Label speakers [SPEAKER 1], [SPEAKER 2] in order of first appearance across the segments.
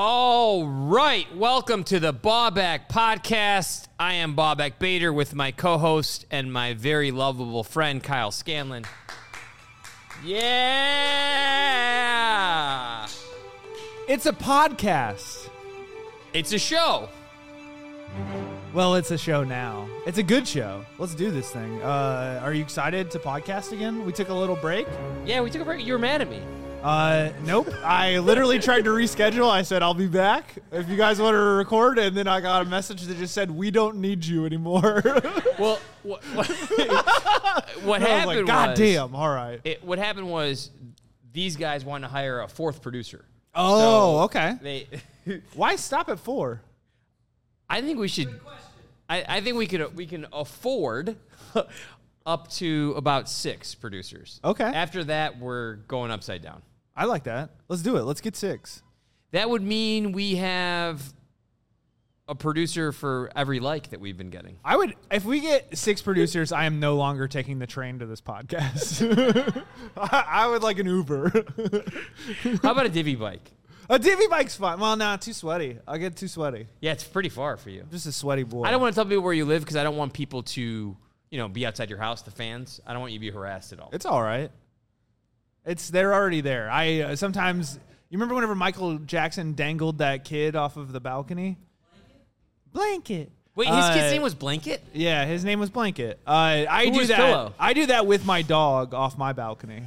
[SPEAKER 1] All right. Welcome to the Bobak Podcast. I am Bobak Bader with my co host and my very lovable friend, Kyle Scanlon. Yeah.
[SPEAKER 2] It's a podcast.
[SPEAKER 1] It's a show.
[SPEAKER 2] Well, it's a show now. It's a good show. Let's do this thing. Uh, are you excited to podcast again? We took a little break.
[SPEAKER 1] Yeah, we took a break. You were mad at me.
[SPEAKER 2] Uh, nope. I literally tried to reschedule. I said I'll be back if you guys want to record, and then I got a message that just said we don't need you anymore.
[SPEAKER 1] Well, what, what, what
[SPEAKER 2] I was
[SPEAKER 1] happened
[SPEAKER 2] like, God
[SPEAKER 1] was-
[SPEAKER 2] damn. All right.
[SPEAKER 1] It, what happened was these guys wanted to hire a fourth producer.
[SPEAKER 2] Oh, okay.
[SPEAKER 1] They,
[SPEAKER 2] Why stop at four?
[SPEAKER 1] I think we should. I, I think we could we can afford up to about six producers.
[SPEAKER 2] Okay.
[SPEAKER 1] After that, we're going upside down.
[SPEAKER 2] I like that. Let's do it. Let's get six.
[SPEAKER 1] That would mean we have a producer for every like that we've been getting.
[SPEAKER 2] I would if we get six producers, I am no longer taking the train to this podcast. I, I would like an Uber.
[SPEAKER 1] How about a divvy bike?
[SPEAKER 2] a divvy bike's fine. Well, nah, too sweaty. I'll get too sweaty.
[SPEAKER 1] Yeah, it's pretty far for you.
[SPEAKER 2] I'm just a sweaty boy.
[SPEAKER 1] I don't want to tell people where you live because I don't want people to you know be outside your house. The fans. I don't want you to be harassed at all.
[SPEAKER 2] it's all right. It's they're already there. I uh, sometimes you remember whenever Michael Jackson dangled that kid off of the balcony. Blanket.
[SPEAKER 1] Wait, his
[SPEAKER 2] Uh,
[SPEAKER 1] kid's name was Blanket.
[SPEAKER 2] Yeah, his name was Blanket. Uh, I
[SPEAKER 1] Who
[SPEAKER 2] do
[SPEAKER 1] was
[SPEAKER 2] that.
[SPEAKER 1] Pillow?
[SPEAKER 2] I do that with my dog off my balcony.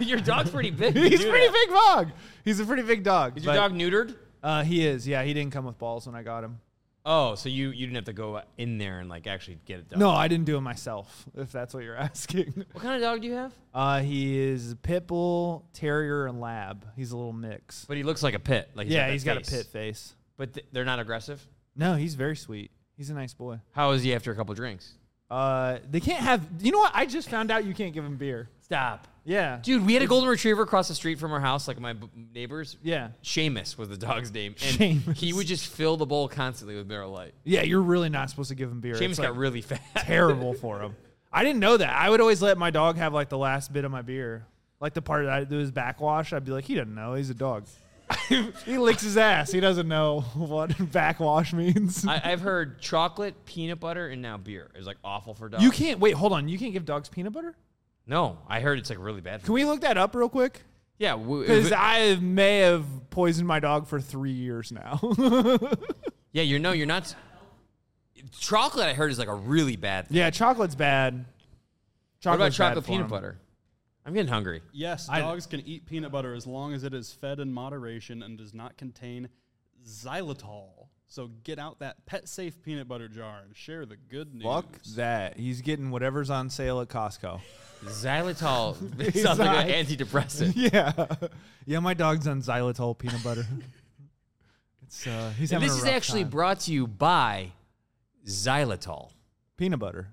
[SPEAKER 1] Your dog's pretty big.
[SPEAKER 2] He's a pretty big dog. He's a pretty big dog.
[SPEAKER 1] Is your
[SPEAKER 2] but-
[SPEAKER 1] dog neutered?
[SPEAKER 2] Uh, he is. Yeah, he didn't come with balls when I got him.
[SPEAKER 1] Oh, so you you didn't have to go in there and like actually get it done.
[SPEAKER 2] No, I didn't do it myself. If that's what you're asking.
[SPEAKER 1] What kind of dog do you have?
[SPEAKER 2] Uh, he is pit bull, terrier, and lab. He's a little mix.
[SPEAKER 1] But he looks like a pit. Like
[SPEAKER 2] yeah, he's
[SPEAKER 1] that
[SPEAKER 2] got a
[SPEAKER 1] face.
[SPEAKER 2] pit face.
[SPEAKER 1] But th- they're not aggressive.
[SPEAKER 2] No, he's very sweet. He's a nice boy.
[SPEAKER 1] How is he after a couple drinks?
[SPEAKER 2] Uh, they can't have. You know what? I just found out you can't give him beer.
[SPEAKER 1] Stop,
[SPEAKER 2] Yeah,
[SPEAKER 1] dude. We had a golden retriever across the street from our house, like my b- neighbors.
[SPEAKER 2] yeah,
[SPEAKER 1] Seamus was the dog's name, and
[SPEAKER 2] Seamus.
[SPEAKER 1] he would just fill the bowl constantly with Miller Lite.
[SPEAKER 2] yeah. You're really not supposed to give him beer.
[SPEAKER 1] Seamus
[SPEAKER 2] It's,
[SPEAKER 1] got
[SPEAKER 2] like,
[SPEAKER 1] really fat.
[SPEAKER 2] terrible for him. I didn't know that. I would always let my dog have like the last bit of my beer, like the part that I- that was backwash. I'd be like, he doesn't know. He's a dog. he licks his ass. He doesn't know what backwash means.
[SPEAKER 1] I, I've heard chocolate, peanut butter, and now beer is like awful for dogs.
[SPEAKER 2] you can't wait. Hold on. You can't give dogs peanut butter.
[SPEAKER 1] no, I heard it's like really bad. For
[SPEAKER 2] Can we look that up real quick?
[SPEAKER 1] yeah, w-
[SPEAKER 2] Because I may have poisoned my dog for three years now.
[SPEAKER 1] yeah, you know you're not. s- Chocolate, I heard, is like a really bad thing.
[SPEAKER 2] yeah, chocolate's bad.
[SPEAKER 1] what about
[SPEAKER 2] Chocolate's bad
[SPEAKER 1] chocolate
[SPEAKER 2] for
[SPEAKER 1] peanut
[SPEAKER 2] him.
[SPEAKER 1] butter? I'm getting hungry.
[SPEAKER 3] Yes,
[SPEAKER 2] I-
[SPEAKER 3] dogs can eat peanut butter as long as it is fed in moderation and does not contain xylitol. So get out that pet safe peanut butter jar and share the good news.
[SPEAKER 2] Fuck that. He's getting whatever's on sale at Costco.
[SPEAKER 1] Xylitol sounds like an antidepressant.
[SPEAKER 2] Yeah, yeah. My dog's on xylitol peanut butter. it's uh, he's
[SPEAKER 1] And
[SPEAKER 2] having
[SPEAKER 1] this
[SPEAKER 2] a
[SPEAKER 1] is
[SPEAKER 2] rough
[SPEAKER 1] actually
[SPEAKER 2] time.
[SPEAKER 1] brought to you by Xylitol.
[SPEAKER 2] peanut butter.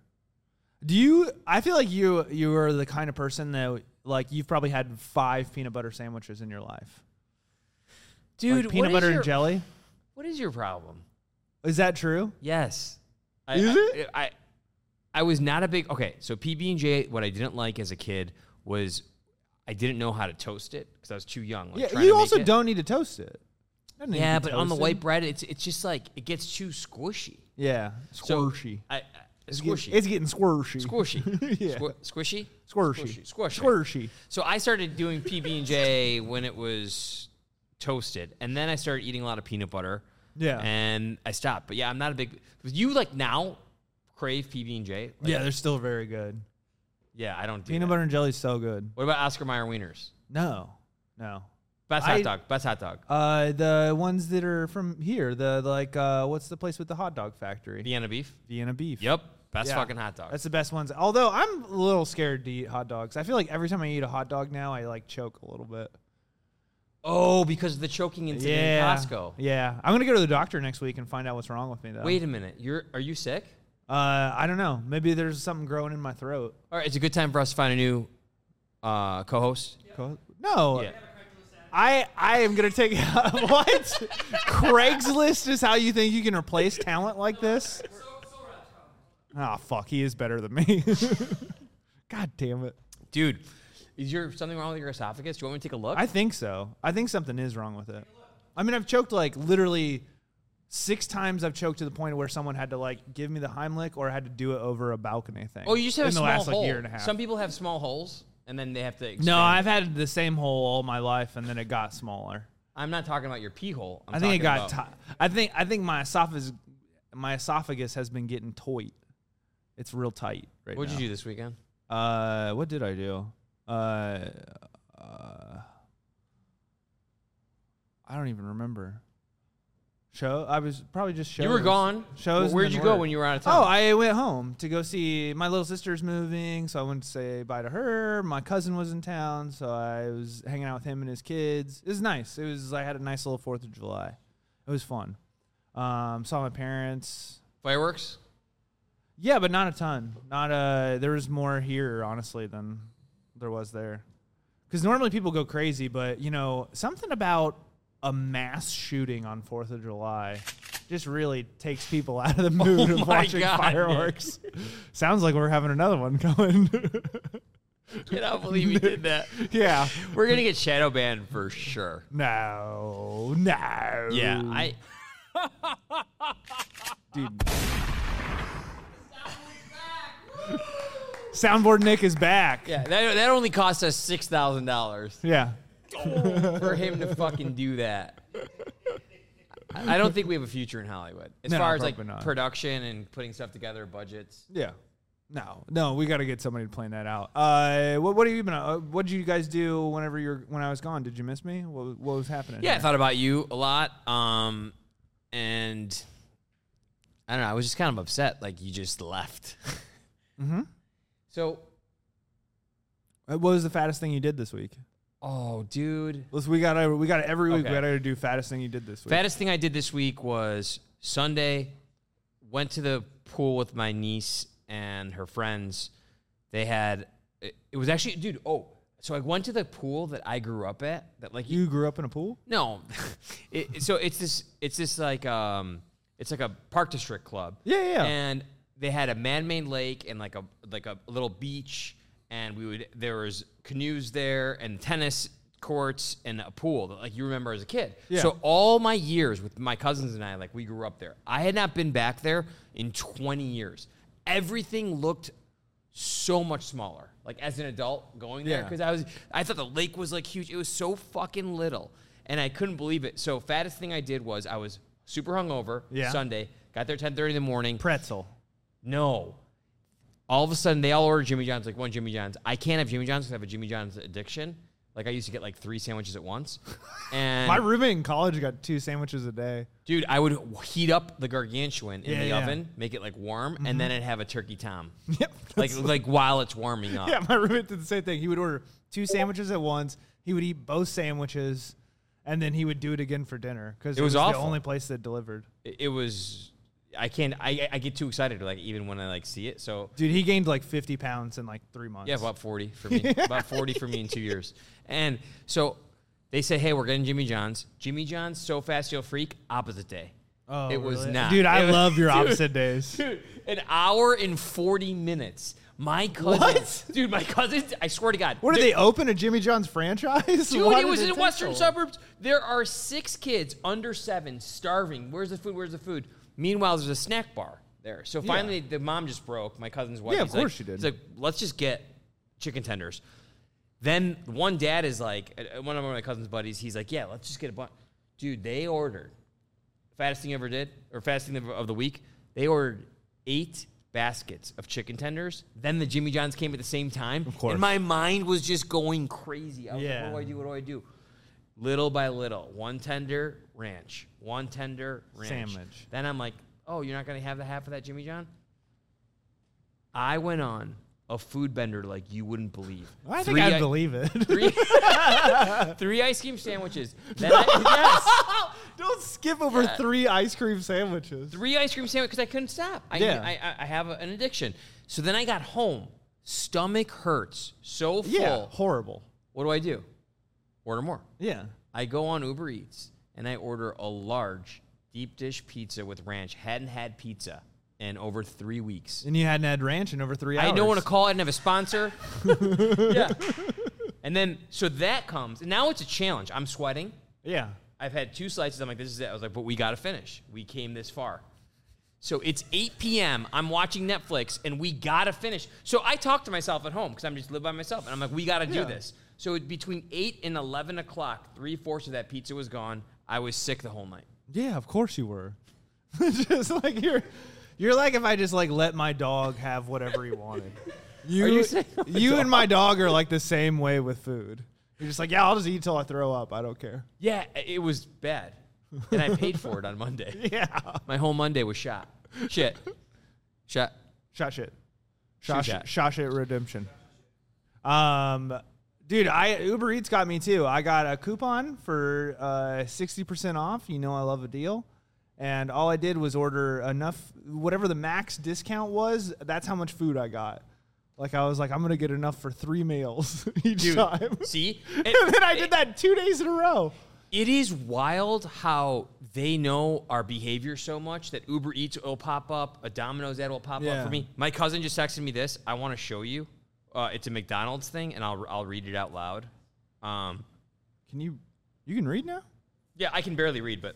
[SPEAKER 2] Do you? I feel like you you are the kind of person that like you've probably had five peanut butter sandwiches in your life.
[SPEAKER 1] Dude,
[SPEAKER 2] like peanut
[SPEAKER 1] what is
[SPEAKER 2] butter
[SPEAKER 1] your,
[SPEAKER 2] and jelly.
[SPEAKER 1] What is your problem?
[SPEAKER 2] Is that true?
[SPEAKER 1] Yes. I,
[SPEAKER 2] Is
[SPEAKER 1] I,
[SPEAKER 2] it?
[SPEAKER 1] I, I was not a big okay. So PB and J, what I didn't like as a kid was I didn't know how to toast it because I was too young. like,
[SPEAKER 2] yeah.
[SPEAKER 1] trying to
[SPEAKER 2] You
[SPEAKER 1] make
[SPEAKER 2] also
[SPEAKER 1] it.
[SPEAKER 2] don't need to toast it. Doesn't need to
[SPEAKER 1] Yeah,
[SPEAKER 2] be
[SPEAKER 1] but on the
[SPEAKER 2] toasted.
[SPEAKER 1] white bread, it's it's just like it gets too squishy.
[SPEAKER 2] Yeah,
[SPEAKER 1] So
[SPEAKER 2] squishy.
[SPEAKER 1] I, I, squishy.
[SPEAKER 2] It's getting squishy.
[SPEAKER 1] squishy.
[SPEAKER 2] Yeah.
[SPEAKER 1] Squ- squishy.
[SPEAKER 2] Squishy.
[SPEAKER 1] Squishy.
[SPEAKER 2] Squishy.
[SPEAKER 1] So I started doing PB and J when it was toasted, and then I started eating a lot of peanut butter.
[SPEAKER 2] Yeah.
[SPEAKER 1] and I stopped. But yeah, I'm not a big. You like now crave PB and J? Like,
[SPEAKER 2] Yeah, they're still very good.
[SPEAKER 1] yeah. I don't do
[SPEAKER 2] Peanut
[SPEAKER 1] that.
[SPEAKER 2] butter and jelly's so good.
[SPEAKER 1] What about Oscar Mayer wieners?
[SPEAKER 2] No, no.
[SPEAKER 1] Best
[SPEAKER 2] I-
[SPEAKER 1] hot dog. Best hot dog.
[SPEAKER 2] Uh, the ones that are from here, the like, uh, what's the place with the hot dog factory?
[SPEAKER 1] Vienna beef.
[SPEAKER 2] Vienna beef.
[SPEAKER 1] Yep. Best
[SPEAKER 2] Yeah.
[SPEAKER 1] fucking hot dog.
[SPEAKER 2] That's the best ones. Although I'm a little scared to eat hot dogs. I feel like every time I eat a hot dog now, I like choke a little bit.
[SPEAKER 1] oh, because of the choking incident
[SPEAKER 2] yeah.
[SPEAKER 1] in Costco.
[SPEAKER 2] Yeah. I'm gonna go to the doctor next week and find out what's wrong with me though.
[SPEAKER 1] Wait a minute. You're are you sick?
[SPEAKER 2] Uh, I don't know. Maybe there's something growing in my throat.
[SPEAKER 1] All right. It's a good time for us to find a new uh, co-host.
[SPEAKER 2] Co- No. I I am gonna take what Craigslist is how you think you can replace talent like this. Ah, fuck, he is better than me. God damn it!
[SPEAKER 1] Dude, is your something wrong with your esophagus? Do you want me to take a look?
[SPEAKER 2] I think so. I think something is wrong with it. I mean, I've choked like literally six times. I've choked to the point where someone had to like give me the Heimlich or I had to do it over a balcony thing.
[SPEAKER 1] Oh, you just have
[SPEAKER 2] in
[SPEAKER 1] a
[SPEAKER 2] the
[SPEAKER 1] small
[SPEAKER 2] last
[SPEAKER 1] hole.
[SPEAKER 2] like year and a half.
[SPEAKER 1] Some people have small holes, and then they have to. Expand.
[SPEAKER 2] no, I've had the same hole all my life, and then it got smaller.
[SPEAKER 1] I'm not talking about your pee hole. I'm
[SPEAKER 2] i think it
[SPEAKER 1] talking
[SPEAKER 2] got.
[SPEAKER 1] about-
[SPEAKER 2] ti- I think I think my esophagus, my esophagus has been getting tight. It's real tight right
[SPEAKER 1] What'd
[SPEAKER 2] now.
[SPEAKER 1] you do this weekend?
[SPEAKER 2] Uh, what did I do? Uh, uh, I don't even remember. Show. I was probably just shows.
[SPEAKER 1] You were gone.
[SPEAKER 2] Shows.
[SPEAKER 1] Well, where'd
[SPEAKER 2] and
[SPEAKER 1] you
[SPEAKER 2] then
[SPEAKER 1] go
[SPEAKER 2] work.
[SPEAKER 1] when you were out of
[SPEAKER 2] Oh,
[SPEAKER 1] town?
[SPEAKER 2] I went home to go see my little sister's moving, so I went to say bye to her. My cousin was in town, so I was hanging out with him and his kids. It was nice. It was. I had a nice little Fourth of July. It was fun. Um, saw my parents.
[SPEAKER 1] Fireworks.
[SPEAKER 2] Yeah, but not a ton. Not uh there was more here honestly than there was there. Cuz normally people go crazy, but you know, something about a mass shooting on 4th of July just really takes people out of the mood
[SPEAKER 1] Oh my
[SPEAKER 2] of watching
[SPEAKER 1] God, Nick.
[SPEAKER 2] fireworks. Sounds like we're having another one going.
[SPEAKER 1] I cannot believe you did that.
[SPEAKER 2] yeah.
[SPEAKER 1] We're gonna get shadow banned for sure.
[SPEAKER 2] No. No.
[SPEAKER 1] Yeah, I.
[SPEAKER 2] dude. Soundboard Nick is back.
[SPEAKER 1] Yeah, that, that only cost us six thousand dollars.
[SPEAKER 2] Yeah.
[SPEAKER 1] for him to fucking do that. I I don't think we have a future in Hollywood as
[SPEAKER 2] No,
[SPEAKER 1] far as like
[SPEAKER 2] probably not.
[SPEAKER 1] production and putting stuff together, budgets.
[SPEAKER 2] Yeah. No, no, we got to get somebody to plan that out. Uh, what what have you been? Uh, what did you guys do whenever you're when I was gone? Did you miss me? What what was happening?
[SPEAKER 1] Yeah, I
[SPEAKER 2] here?
[SPEAKER 1] thought about you a lot, um, and I don't know. I was just kind of upset, like you just left.
[SPEAKER 2] Mhm.
[SPEAKER 1] So,
[SPEAKER 2] Uh, What was the fattest thing you did this week?
[SPEAKER 1] oh, dude,
[SPEAKER 2] Let's we got to we got to every week
[SPEAKER 1] Okay.
[SPEAKER 2] we got to do fattest thing you did this week.
[SPEAKER 1] fattest thing I did this week was Sunday. Went to the pool with my niece and her friends. They had it, it was actually, dude. Oh, so I went to the pool that I grew up at. That like
[SPEAKER 2] you grew up in a pool?
[SPEAKER 1] No, it, it- so it's this. It's this like um. It's like a park district club.
[SPEAKER 2] Yeah, yeah.
[SPEAKER 1] And they had a man-made lake and like a like a little beach, and we would there was canoes there and tennis courts and a pool that like you remember as a kid.
[SPEAKER 2] Yeah.
[SPEAKER 1] So all my years with my cousins and I, like we grew up there. I had not been back there in 20 years. Everything looked so much smaller. Like as an adult going there,
[SPEAKER 2] Yeah.
[SPEAKER 1] because I was I thought the lake was like huge. It was so fucking little, and I couldn't believe it. So fattest thing I did was I was super hungover
[SPEAKER 2] Yeah.
[SPEAKER 1] Sunday. Got there 10:30 in the morning.
[SPEAKER 2] Pretzel.
[SPEAKER 1] No. All of a sudden, they all order Jimmy John's, like one Jimmy John's. I can't have Jimmy John's because I have a Jimmy John's addiction. Like I used to get like three sandwiches at once. And
[SPEAKER 2] My roommate in college got two sandwiches a day.
[SPEAKER 1] Dude, I would heat up the gargantuan in
[SPEAKER 2] Yeah,
[SPEAKER 1] the
[SPEAKER 2] yeah. Mm-hmm.
[SPEAKER 1] oven, make it like warm, and then I'd have a turkey tom.
[SPEAKER 2] Yep.
[SPEAKER 1] Like like while it's warming up.
[SPEAKER 2] yeah, my roommate did the same thing. He would order two sandwiches at once. He would eat both sandwiches, and then he would do it again for dinner because it,
[SPEAKER 1] was
[SPEAKER 2] was
[SPEAKER 1] awful.
[SPEAKER 2] the only place that delivered.
[SPEAKER 1] It, it was I can't I, I get too excited like even when I like see it. So
[SPEAKER 2] Dude, he gained like 50 pounds in like three months.
[SPEAKER 1] Yeah, about 40 for me. about 40 for me in two years. And so they say, hey, we're getting Jimmy John's. Jimmy John's, so fast you'll freak, opposite day.
[SPEAKER 2] Oh,
[SPEAKER 1] it was
[SPEAKER 2] really?
[SPEAKER 1] not.
[SPEAKER 2] Dude,
[SPEAKER 1] It
[SPEAKER 2] I
[SPEAKER 1] was-
[SPEAKER 2] love your
[SPEAKER 1] Dude,
[SPEAKER 2] opposite days.
[SPEAKER 1] Dude, an hour and 40 minutes. My cousin.
[SPEAKER 2] What?
[SPEAKER 1] Dude, my cousin, I swear to God.
[SPEAKER 2] What did
[SPEAKER 1] Dude,
[SPEAKER 2] they open a Jimmy John's franchise?
[SPEAKER 1] Dude,
[SPEAKER 2] Why
[SPEAKER 1] it
[SPEAKER 2] did
[SPEAKER 1] was in
[SPEAKER 2] take
[SPEAKER 1] Western
[SPEAKER 2] so long?
[SPEAKER 1] suburbs. There are six kids under seven starving. Where's the food? Where's the food? Meanwhile, there's a snack bar there. So finally, the mom just broke. My cousin's wife.
[SPEAKER 2] Yeah, of
[SPEAKER 1] He's like-
[SPEAKER 2] course she did.
[SPEAKER 1] He's like, let's just get chicken tenders. Then one dad is like, uh, one of my cousin's buddies. He's like, yeah, let's just get a bunch. Dude, they ordered fattest thing ever did or fasting of, of the week. They ordered eight baskets of chicken tenders. Then the Jimmy Johns came at the same time. Of
[SPEAKER 2] course.
[SPEAKER 1] and my mind was just going crazy. I was
[SPEAKER 2] Yeah.
[SPEAKER 1] like, what do I do? What do I do? Little by little, one tender ranch, one tender ranch.
[SPEAKER 2] Sandwich.
[SPEAKER 1] Then I'm like, oh, you're not gonna have the half of that Jimmy John. I went on a food bender like you wouldn't believe.
[SPEAKER 2] I think
[SPEAKER 1] Three
[SPEAKER 2] I
[SPEAKER 1] i-
[SPEAKER 2] believe it.
[SPEAKER 1] Three, three ice cream sandwiches. Then I, yes.
[SPEAKER 2] Don't skip over three ice cream sandwiches.
[SPEAKER 1] three ice cream sandwich because I couldn't stop. I,
[SPEAKER 2] Yeah.
[SPEAKER 1] I, I, I have a- an addiction. So then I got home, stomach hurts, so full.
[SPEAKER 2] Yeah, horrible.
[SPEAKER 1] What do I do? Order more.
[SPEAKER 2] Yeah.
[SPEAKER 1] I go on Uber Eats and I order a large deep dish pizza with ranch. Hadn't had pizza in over three weeks.
[SPEAKER 2] And you hadn't had ranch in over three hours.
[SPEAKER 1] I don't want to call. I didn't have a sponsor. yeah. And then so that comes, and now it's a challenge. I'm sweating.
[SPEAKER 2] Yeah.
[SPEAKER 1] I've had two slices. I'm like, this is it. I was like, but we got to finish. We came this far. So it's 8 p.m. I'm watching Netflix and we got to finish. So I talk to myself at home because I'm just live by myself. And I'm like, we got to
[SPEAKER 3] Yeah.
[SPEAKER 1] do this. So it- between 8 and 11 o'clock, three fourths of that pizza was gone. I was sick the whole night.
[SPEAKER 2] Yeah, of course you were. just like you're, you're like if I just like let my dog have whatever he wanted. You,
[SPEAKER 1] you saying I'm a
[SPEAKER 2] you and my dog are like the same way with food. You're just like, yeah, I'll just eat till I throw up. I don't care.
[SPEAKER 1] Yeah, i- it was bad. And I paid for it on Monday.
[SPEAKER 2] Yeah.
[SPEAKER 1] My whole Monday was shot. Shit. Shot.
[SPEAKER 2] Shot shit. Shot
[SPEAKER 1] Shoot
[SPEAKER 2] shit. Shot shit redemption. Um, dude, I Uber Eats got me too. I got a coupon for uh, sixty percent off. You know I love a deal, and all I did was order enough, whatever the max discount was. That's how much food I got. Like I was like, I'm gonna get enough for three meals each
[SPEAKER 1] Dude,
[SPEAKER 2] time.
[SPEAKER 1] see?
[SPEAKER 2] and then I did that two days in a row.
[SPEAKER 1] It is wild how they know our behavior so much that Uber Eats will pop up, a Domino's ad will pop
[SPEAKER 2] Yeah.
[SPEAKER 1] up for me. My cousin just texted me this. I want to show you. Uh, it's a McDonald's thing, and I'll I'll read it out loud. Um,
[SPEAKER 2] Can you? You can read now.
[SPEAKER 1] yeah, I can barely read, but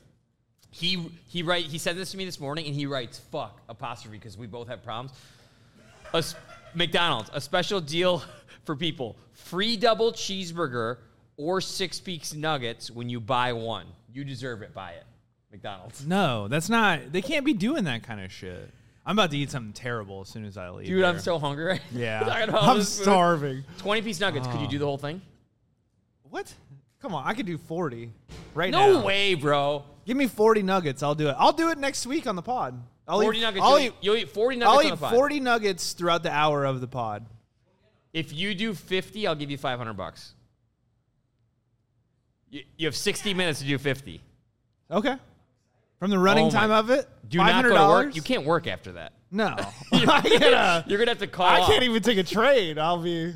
[SPEAKER 1] he he write he sent this to me this morning, and he writes "fuck" apostrophe because we both have problems. A s- McDonald's a special deal for people: free double cheeseburger or six peaks nuggets when you buy one. You deserve it. Buy it, McDonald's.
[SPEAKER 2] No, that's not. They can't be doing that kind of shit. I'm about to eat something terrible as soon as I leave.
[SPEAKER 1] Dude, I'm
[SPEAKER 2] here.
[SPEAKER 1] so hungry. Right
[SPEAKER 2] Yeah.
[SPEAKER 1] Talking about all
[SPEAKER 2] I'm
[SPEAKER 1] this food.
[SPEAKER 2] starving.
[SPEAKER 1] Twenty piece nuggets. Could you do the whole thing?
[SPEAKER 2] What? Come on, I could do 40 right now.
[SPEAKER 1] No way, bro.
[SPEAKER 2] Give me 40 nuggets. I'll do it. I'll do it next week on the pod. I'll
[SPEAKER 1] Forty
[SPEAKER 2] eat,
[SPEAKER 1] nuggets.
[SPEAKER 2] I'll
[SPEAKER 1] You'll
[SPEAKER 2] eat,
[SPEAKER 1] eat, you'll eat forty nuggets
[SPEAKER 2] I'll
[SPEAKER 1] on
[SPEAKER 2] eat
[SPEAKER 1] the pod.
[SPEAKER 2] 40 nuggets throughout the hour of the pod.
[SPEAKER 1] If you do 50, I'll give you 500 bucks. You, you have 60 minutes to do 50.
[SPEAKER 2] Okay. From the running
[SPEAKER 1] Oh my-
[SPEAKER 2] time of it,
[SPEAKER 1] Do
[SPEAKER 2] $500?
[SPEAKER 1] not go to work. You can't work after that.
[SPEAKER 2] No. I, gotta,
[SPEAKER 1] You're going to have to call
[SPEAKER 2] I
[SPEAKER 1] off.
[SPEAKER 2] can't even take a trade. I'll be.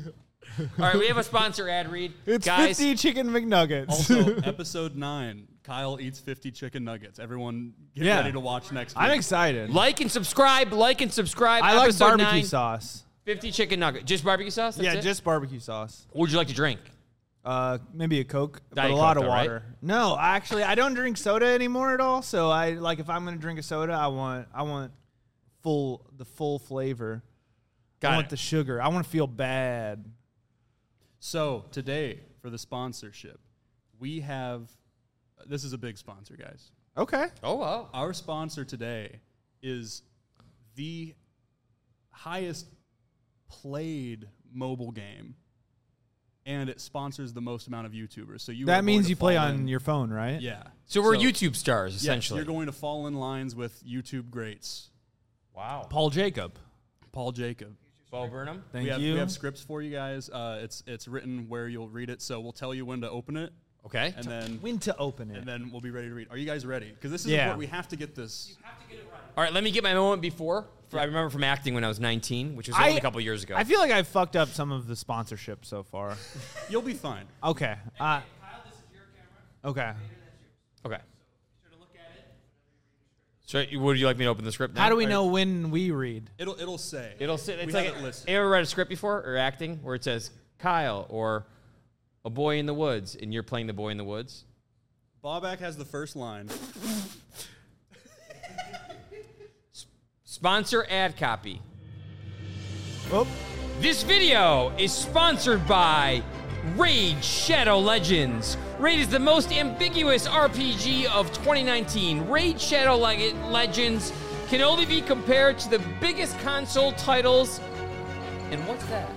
[SPEAKER 1] All right, we have a sponsor ad read.
[SPEAKER 2] It's
[SPEAKER 1] Guys,
[SPEAKER 2] 50 chicken McNuggets.
[SPEAKER 3] Also, episode nine, Kyle eats 50 chicken nuggets. Everyone get
[SPEAKER 2] Yeah.
[SPEAKER 3] ready to watch next week.
[SPEAKER 2] I'm excited.
[SPEAKER 1] like and subscribe. Like and subscribe.
[SPEAKER 2] I like
[SPEAKER 1] Episode
[SPEAKER 2] barbecue
[SPEAKER 1] nine,
[SPEAKER 2] sauce.
[SPEAKER 1] 50 chicken nugget. Just barbecue sauce? That's
[SPEAKER 2] yeah,
[SPEAKER 1] it?
[SPEAKER 2] just barbecue sauce.
[SPEAKER 1] What would you like to drink?
[SPEAKER 2] Uh, maybe a Coke,
[SPEAKER 1] Diet
[SPEAKER 2] but a lot
[SPEAKER 1] Coke,
[SPEAKER 2] of
[SPEAKER 1] though, right?
[SPEAKER 2] water. No, actually, I don't drink soda anymore at all. So I like if I'm gonna drink a soda, I want I want full the full flavor. I
[SPEAKER 1] Got
[SPEAKER 2] want
[SPEAKER 1] it.
[SPEAKER 2] the sugar. I want to feel bad.
[SPEAKER 3] So today for the sponsorship, we have this is a big sponsor, guys.
[SPEAKER 2] Okay.
[SPEAKER 1] Oh, wow.
[SPEAKER 3] Our sponsor today is the highest played mobile game. And it sponsors the most amount of YouTubers. So you are
[SPEAKER 2] That
[SPEAKER 3] going
[SPEAKER 2] means
[SPEAKER 3] to
[SPEAKER 2] you play
[SPEAKER 3] fall
[SPEAKER 2] on
[SPEAKER 3] in-
[SPEAKER 2] your phone, right?
[SPEAKER 3] Yeah.
[SPEAKER 1] So we're
[SPEAKER 3] YouTube.
[SPEAKER 1] YouTube stars,
[SPEAKER 3] Yes,
[SPEAKER 1] essentially.
[SPEAKER 3] you're going to fall in lines with YouTube greats.
[SPEAKER 1] wow.
[SPEAKER 2] Paul Jacob.
[SPEAKER 3] Paul Jacob.
[SPEAKER 1] Bo Burnham.
[SPEAKER 2] Thank
[SPEAKER 3] We have,
[SPEAKER 2] you.
[SPEAKER 3] we have scripts for you guys. Uh, it's it's written where you'll read it, so we'll tell you when to open it,
[SPEAKER 1] Okay.
[SPEAKER 3] and then
[SPEAKER 2] when to open it.
[SPEAKER 3] and then we'll be ready to read. Are you guys ready? Because this is
[SPEAKER 2] Yeah.
[SPEAKER 3] important. We have to get this.
[SPEAKER 1] All right, let me get my moment before. For, I remember from acting when I was 19, which was
[SPEAKER 2] I-
[SPEAKER 1] only a couple years ago.
[SPEAKER 2] I feel like I fucked up some of the sponsorship so far.
[SPEAKER 3] You'll be fine.
[SPEAKER 2] okay. Uh, okay.
[SPEAKER 1] Okay. So you- would you like me to open the script? Now?
[SPEAKER 2] How do we know when we read?
[SPEAKER 3] It'll it'll say.
[SPEAKER 1] It'll say it's
[SPEAKER 3] we
[SPEAKER 1] like
[SPEAKER 3] have it
[SPEAKER 1] a,
[SPEAKER 3] listed.
[SPEAKER 1] you ever read a script before or acting where it says Kyle or a boy in the woods and you're playing the boy in the woods.
[SPEAKER 3] Bobak has the first line.
[SPEAKER 1] Sponsor ad copy.
[SPEAKER 2] Oh,
[SPEAKER 1] This video is sponsored by Raid Shadow Legends. Raid is the most ambiguous RPG of 2019. Raid Shadow Leg- Legends can only be compared to the biggest console titles. And what's that?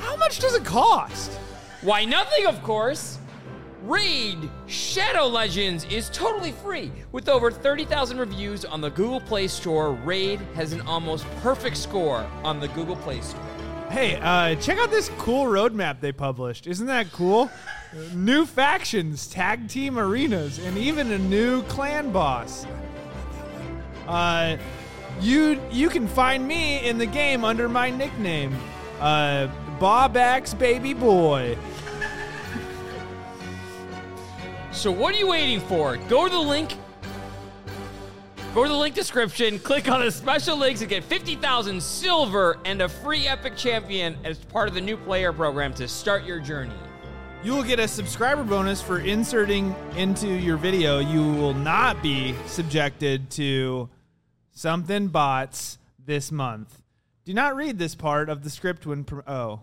[SPEAKER 2] how much does it cost?
[SPEAKER 1] Why nothing, of course. Raid Shadow Legends is totally free. With over 30,000 reviews on the Google Play Store, Raid has an almost perfect score on the Google Play Store.
[SPEAKER 2] Hey, uh, check out this cool roadmap they published. Isn't that cool? new factions, tag team arenas, and even a new clan boss. Uh, you you can find me in the game under my nickname, uh, Bob Axe Baby Boy.
[SPEAKER 1] So what are you waiting for? Go to the link. Go to the link description, click on the special links and get 50,000 silver and a free epic champion as part of the new player program to start your journey.
[SPEAKER 2] You will get a subscriber bonus for inserting into your video. You will not be subjected to something bots this month. Do not read this part of the script when. Pr- oh.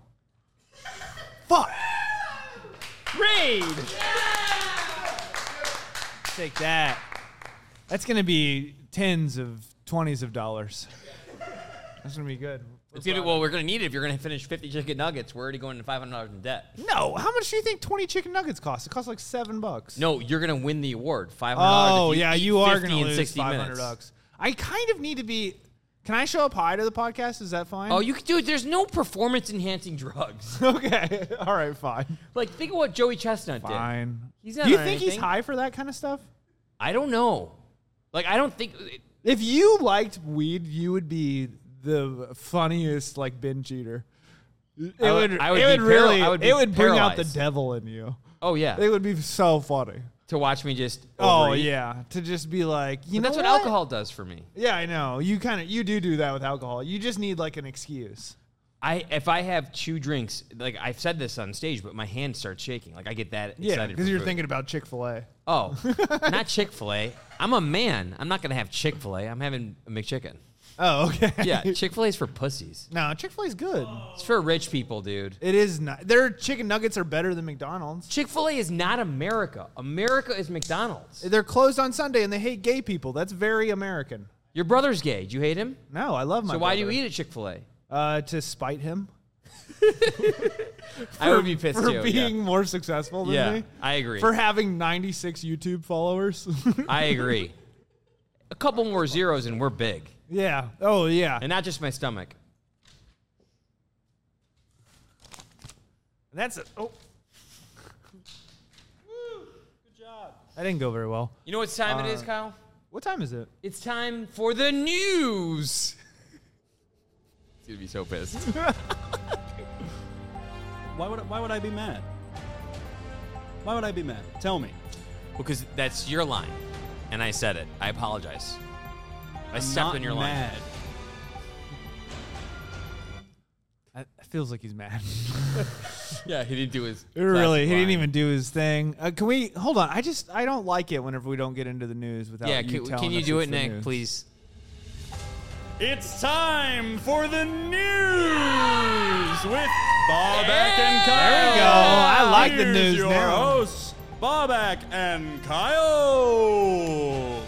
[SPEAKER 2] Fuck! Read! Take that. That's going to be tens of 20s of dollars. That's going to be good.
[SPEAKER 1] It's gonna be, well, we're gonna need it if you're gonna finish 50 chicken nuggets. We're already going to 500 dollars in debt.
[SPEAKER 2] No, how much do you think 20 chicken nuggets cost? It costs like seven bucks.
[SPEAKER 1] No, you're gonna win the award. 500.
[SPEAKER 2] Oh
[SPEAKER 1] if
[SPEAKER 2] yeah,
[SPEAKER 1] eat
[SPEAKER 2] you are
[SPEAKER 1] 50
[SPEAKER 2] going
[SPEAKER 1] in
[SPEAKER 2] to lose
[SPEAKER 1] 60
[SPEAKER 2] five hundred
[SPEAKER 1] minutes.
[SPEAKER 2] bucks. I kind of need to be. Can I show up high to the podcast? Is that fine?
[SPEAKER 1] Oh, you could do it. There's no performance enhancing drugs.
[SPEAKER 2] okay. All right, fine,
[SPEAKER 1] like think of what Joey Chestnut did.
[SPEAKER 2] fine.
[SPEAKER 1] He's not
[SPEAKER 2] do you
[SPEAKER 1] on
[SPEAKER 2] think he's
[SPEAKER 1] anything.
[SPEAKER 2] high for that kind of stuff?
[SPEAKER 1] I don't know. Like I don't think.
[SPEAKER 2] If you liked weed, you would be the funniest like binge eater. It
[SPEAKER 1] I would- I would
[SPEAKER 2] it
[SPEAKER 1] be
[SPEAKER 2] would really.
[SPEAKER 1] paral- I would be
[SPEAKER 2] it would bring out
[SPEAKER 1] paralyzed.
[SPEAKER 2] the devil in you.
[SPEAKER 1] Oh yeah.
[SPEAKER 2] It would be so funny.
[SPEAKER 1] to watch me just.
[SPEAKER 2] Oh
[SPEAKER 1] overeat.
[SPEAKER 2] yeah, to just be like, you know,
[SPEAKER 1] That's what, alcohol does for me.
[SPEAKER 2] Yeah, I know. You kind of you do do that with alcohol. You just need like an excuse.
[SPEAKER 1] I if I have two drinks, like I've said this on stage, but my hand starts shaking. Like I get that excited.
[SPEAKER 2] Yeah, because
[SPEAKER 1] for
[SPEAKER 2] you're
[SPEAKER 1] food.
[SPEAKER 2] thinking about Chick Fil A.
[SPEAKER 1] Oh, not Chick Fil A. I'm a man. I'm not gonna have Chick Fil A. I'm having a McChicken.
[SPEAKER 2] Oh, okay.
[SPEAKER 1] Yeah, Chick Fil A's for pussies.
[SPEAKER 2] no, Chick Fil A's good.
[SPEAKER 1] It's for rich people, dude.
[SPEAKER 2] It is not. Their chicken nuggets are better than McDonald's.
[SPEAKER 1] Chick Fil A is not America. America is McDonald's.
[SPEAKER 2] They're closed on Sunday and they hate gay people. That's very American.
[SPEAKER 1] Your brother's gay. Do you hate him?
[SPEAKER 2] No, I love my.
[SPEAKER 1] So why do you
[SPEAKER 2] brother.
[SPEAKER 1] eat at Chick Fil A?
[SPEAKER 2] Uh, to spite him.
[SPEAKER 1] I would be pissed
[SPEAKER 2] for
[SPEAKER 1] too. yeah.
[SPEAKER 2] being more successful than
[SPEAKER 1] yeah.
[SPEAKER 2] me.
[SPEAKER 1] I agree.
[SPEAKER 2] For having 96 YouTube followers.
[SPEAKER 1] I agree. A couple more zeros and we're big,
[SPEAKER 2] yeah. Oh yeah.
[SPEAKER 1] and not just my stomach.
[SPEAKER 2] That's it. Oh. Woo, good job. That didn't go very well.
[SPEAKER 1] You know what time
[SPEAKER 2] Uh,
[SPEAKER 1] it is, Kyle?
[SPEAKER 2] What time is it?
[SPEAKER 1] It's time for the news. He's gonna be so pissed.
[SPEAKER 3] Why would, why would I be mad? Why would I be mad? Tell me.
[SPEAKER 1] Because that's your line, and I said it. I apologize. I
[SPEAKER 3] I'm
[SPEAKER 1] stepped
[SPEAKER 3] not
[SPEAKER 1] on your line.
[SPEAKER 3] mad.
[SPEAKER 2] It feels like he's mad.
[SPEAKER 1] Yeah, he didn't do his.
[SPEAKER 2] It really, he didn't even do his thing. Uh, can we hold on? I just I don't like it whenever we don't get into the news without.
[SPEAKER 1] Yeah,
[SPEAKER 2] you
[SPEAKER 1] can,
[SPEAKER 2] telling
[SPEAKER 1] can you
[SPEAKER 2] us
[SPEAKER 1] do
[SPEAKER 2] it's
[SPEAKER 1] it,
[SPEAKER 2] the
[SPEAKER 1] Nick?
[SPEAKER 2] news.
[SPEAKER 1] Please.
[SPEAKER 3] It's time for the news with Bob Eck and Kyle.
[SPEAKER 2] There we go. I like the
[SPEAKER 3] Here's
[SPEAKER 2] news
[SPEAKER 3] your
[SPEAKER 2] now.
[SPEAKER 3] hosts, Bob Eck and Kyle.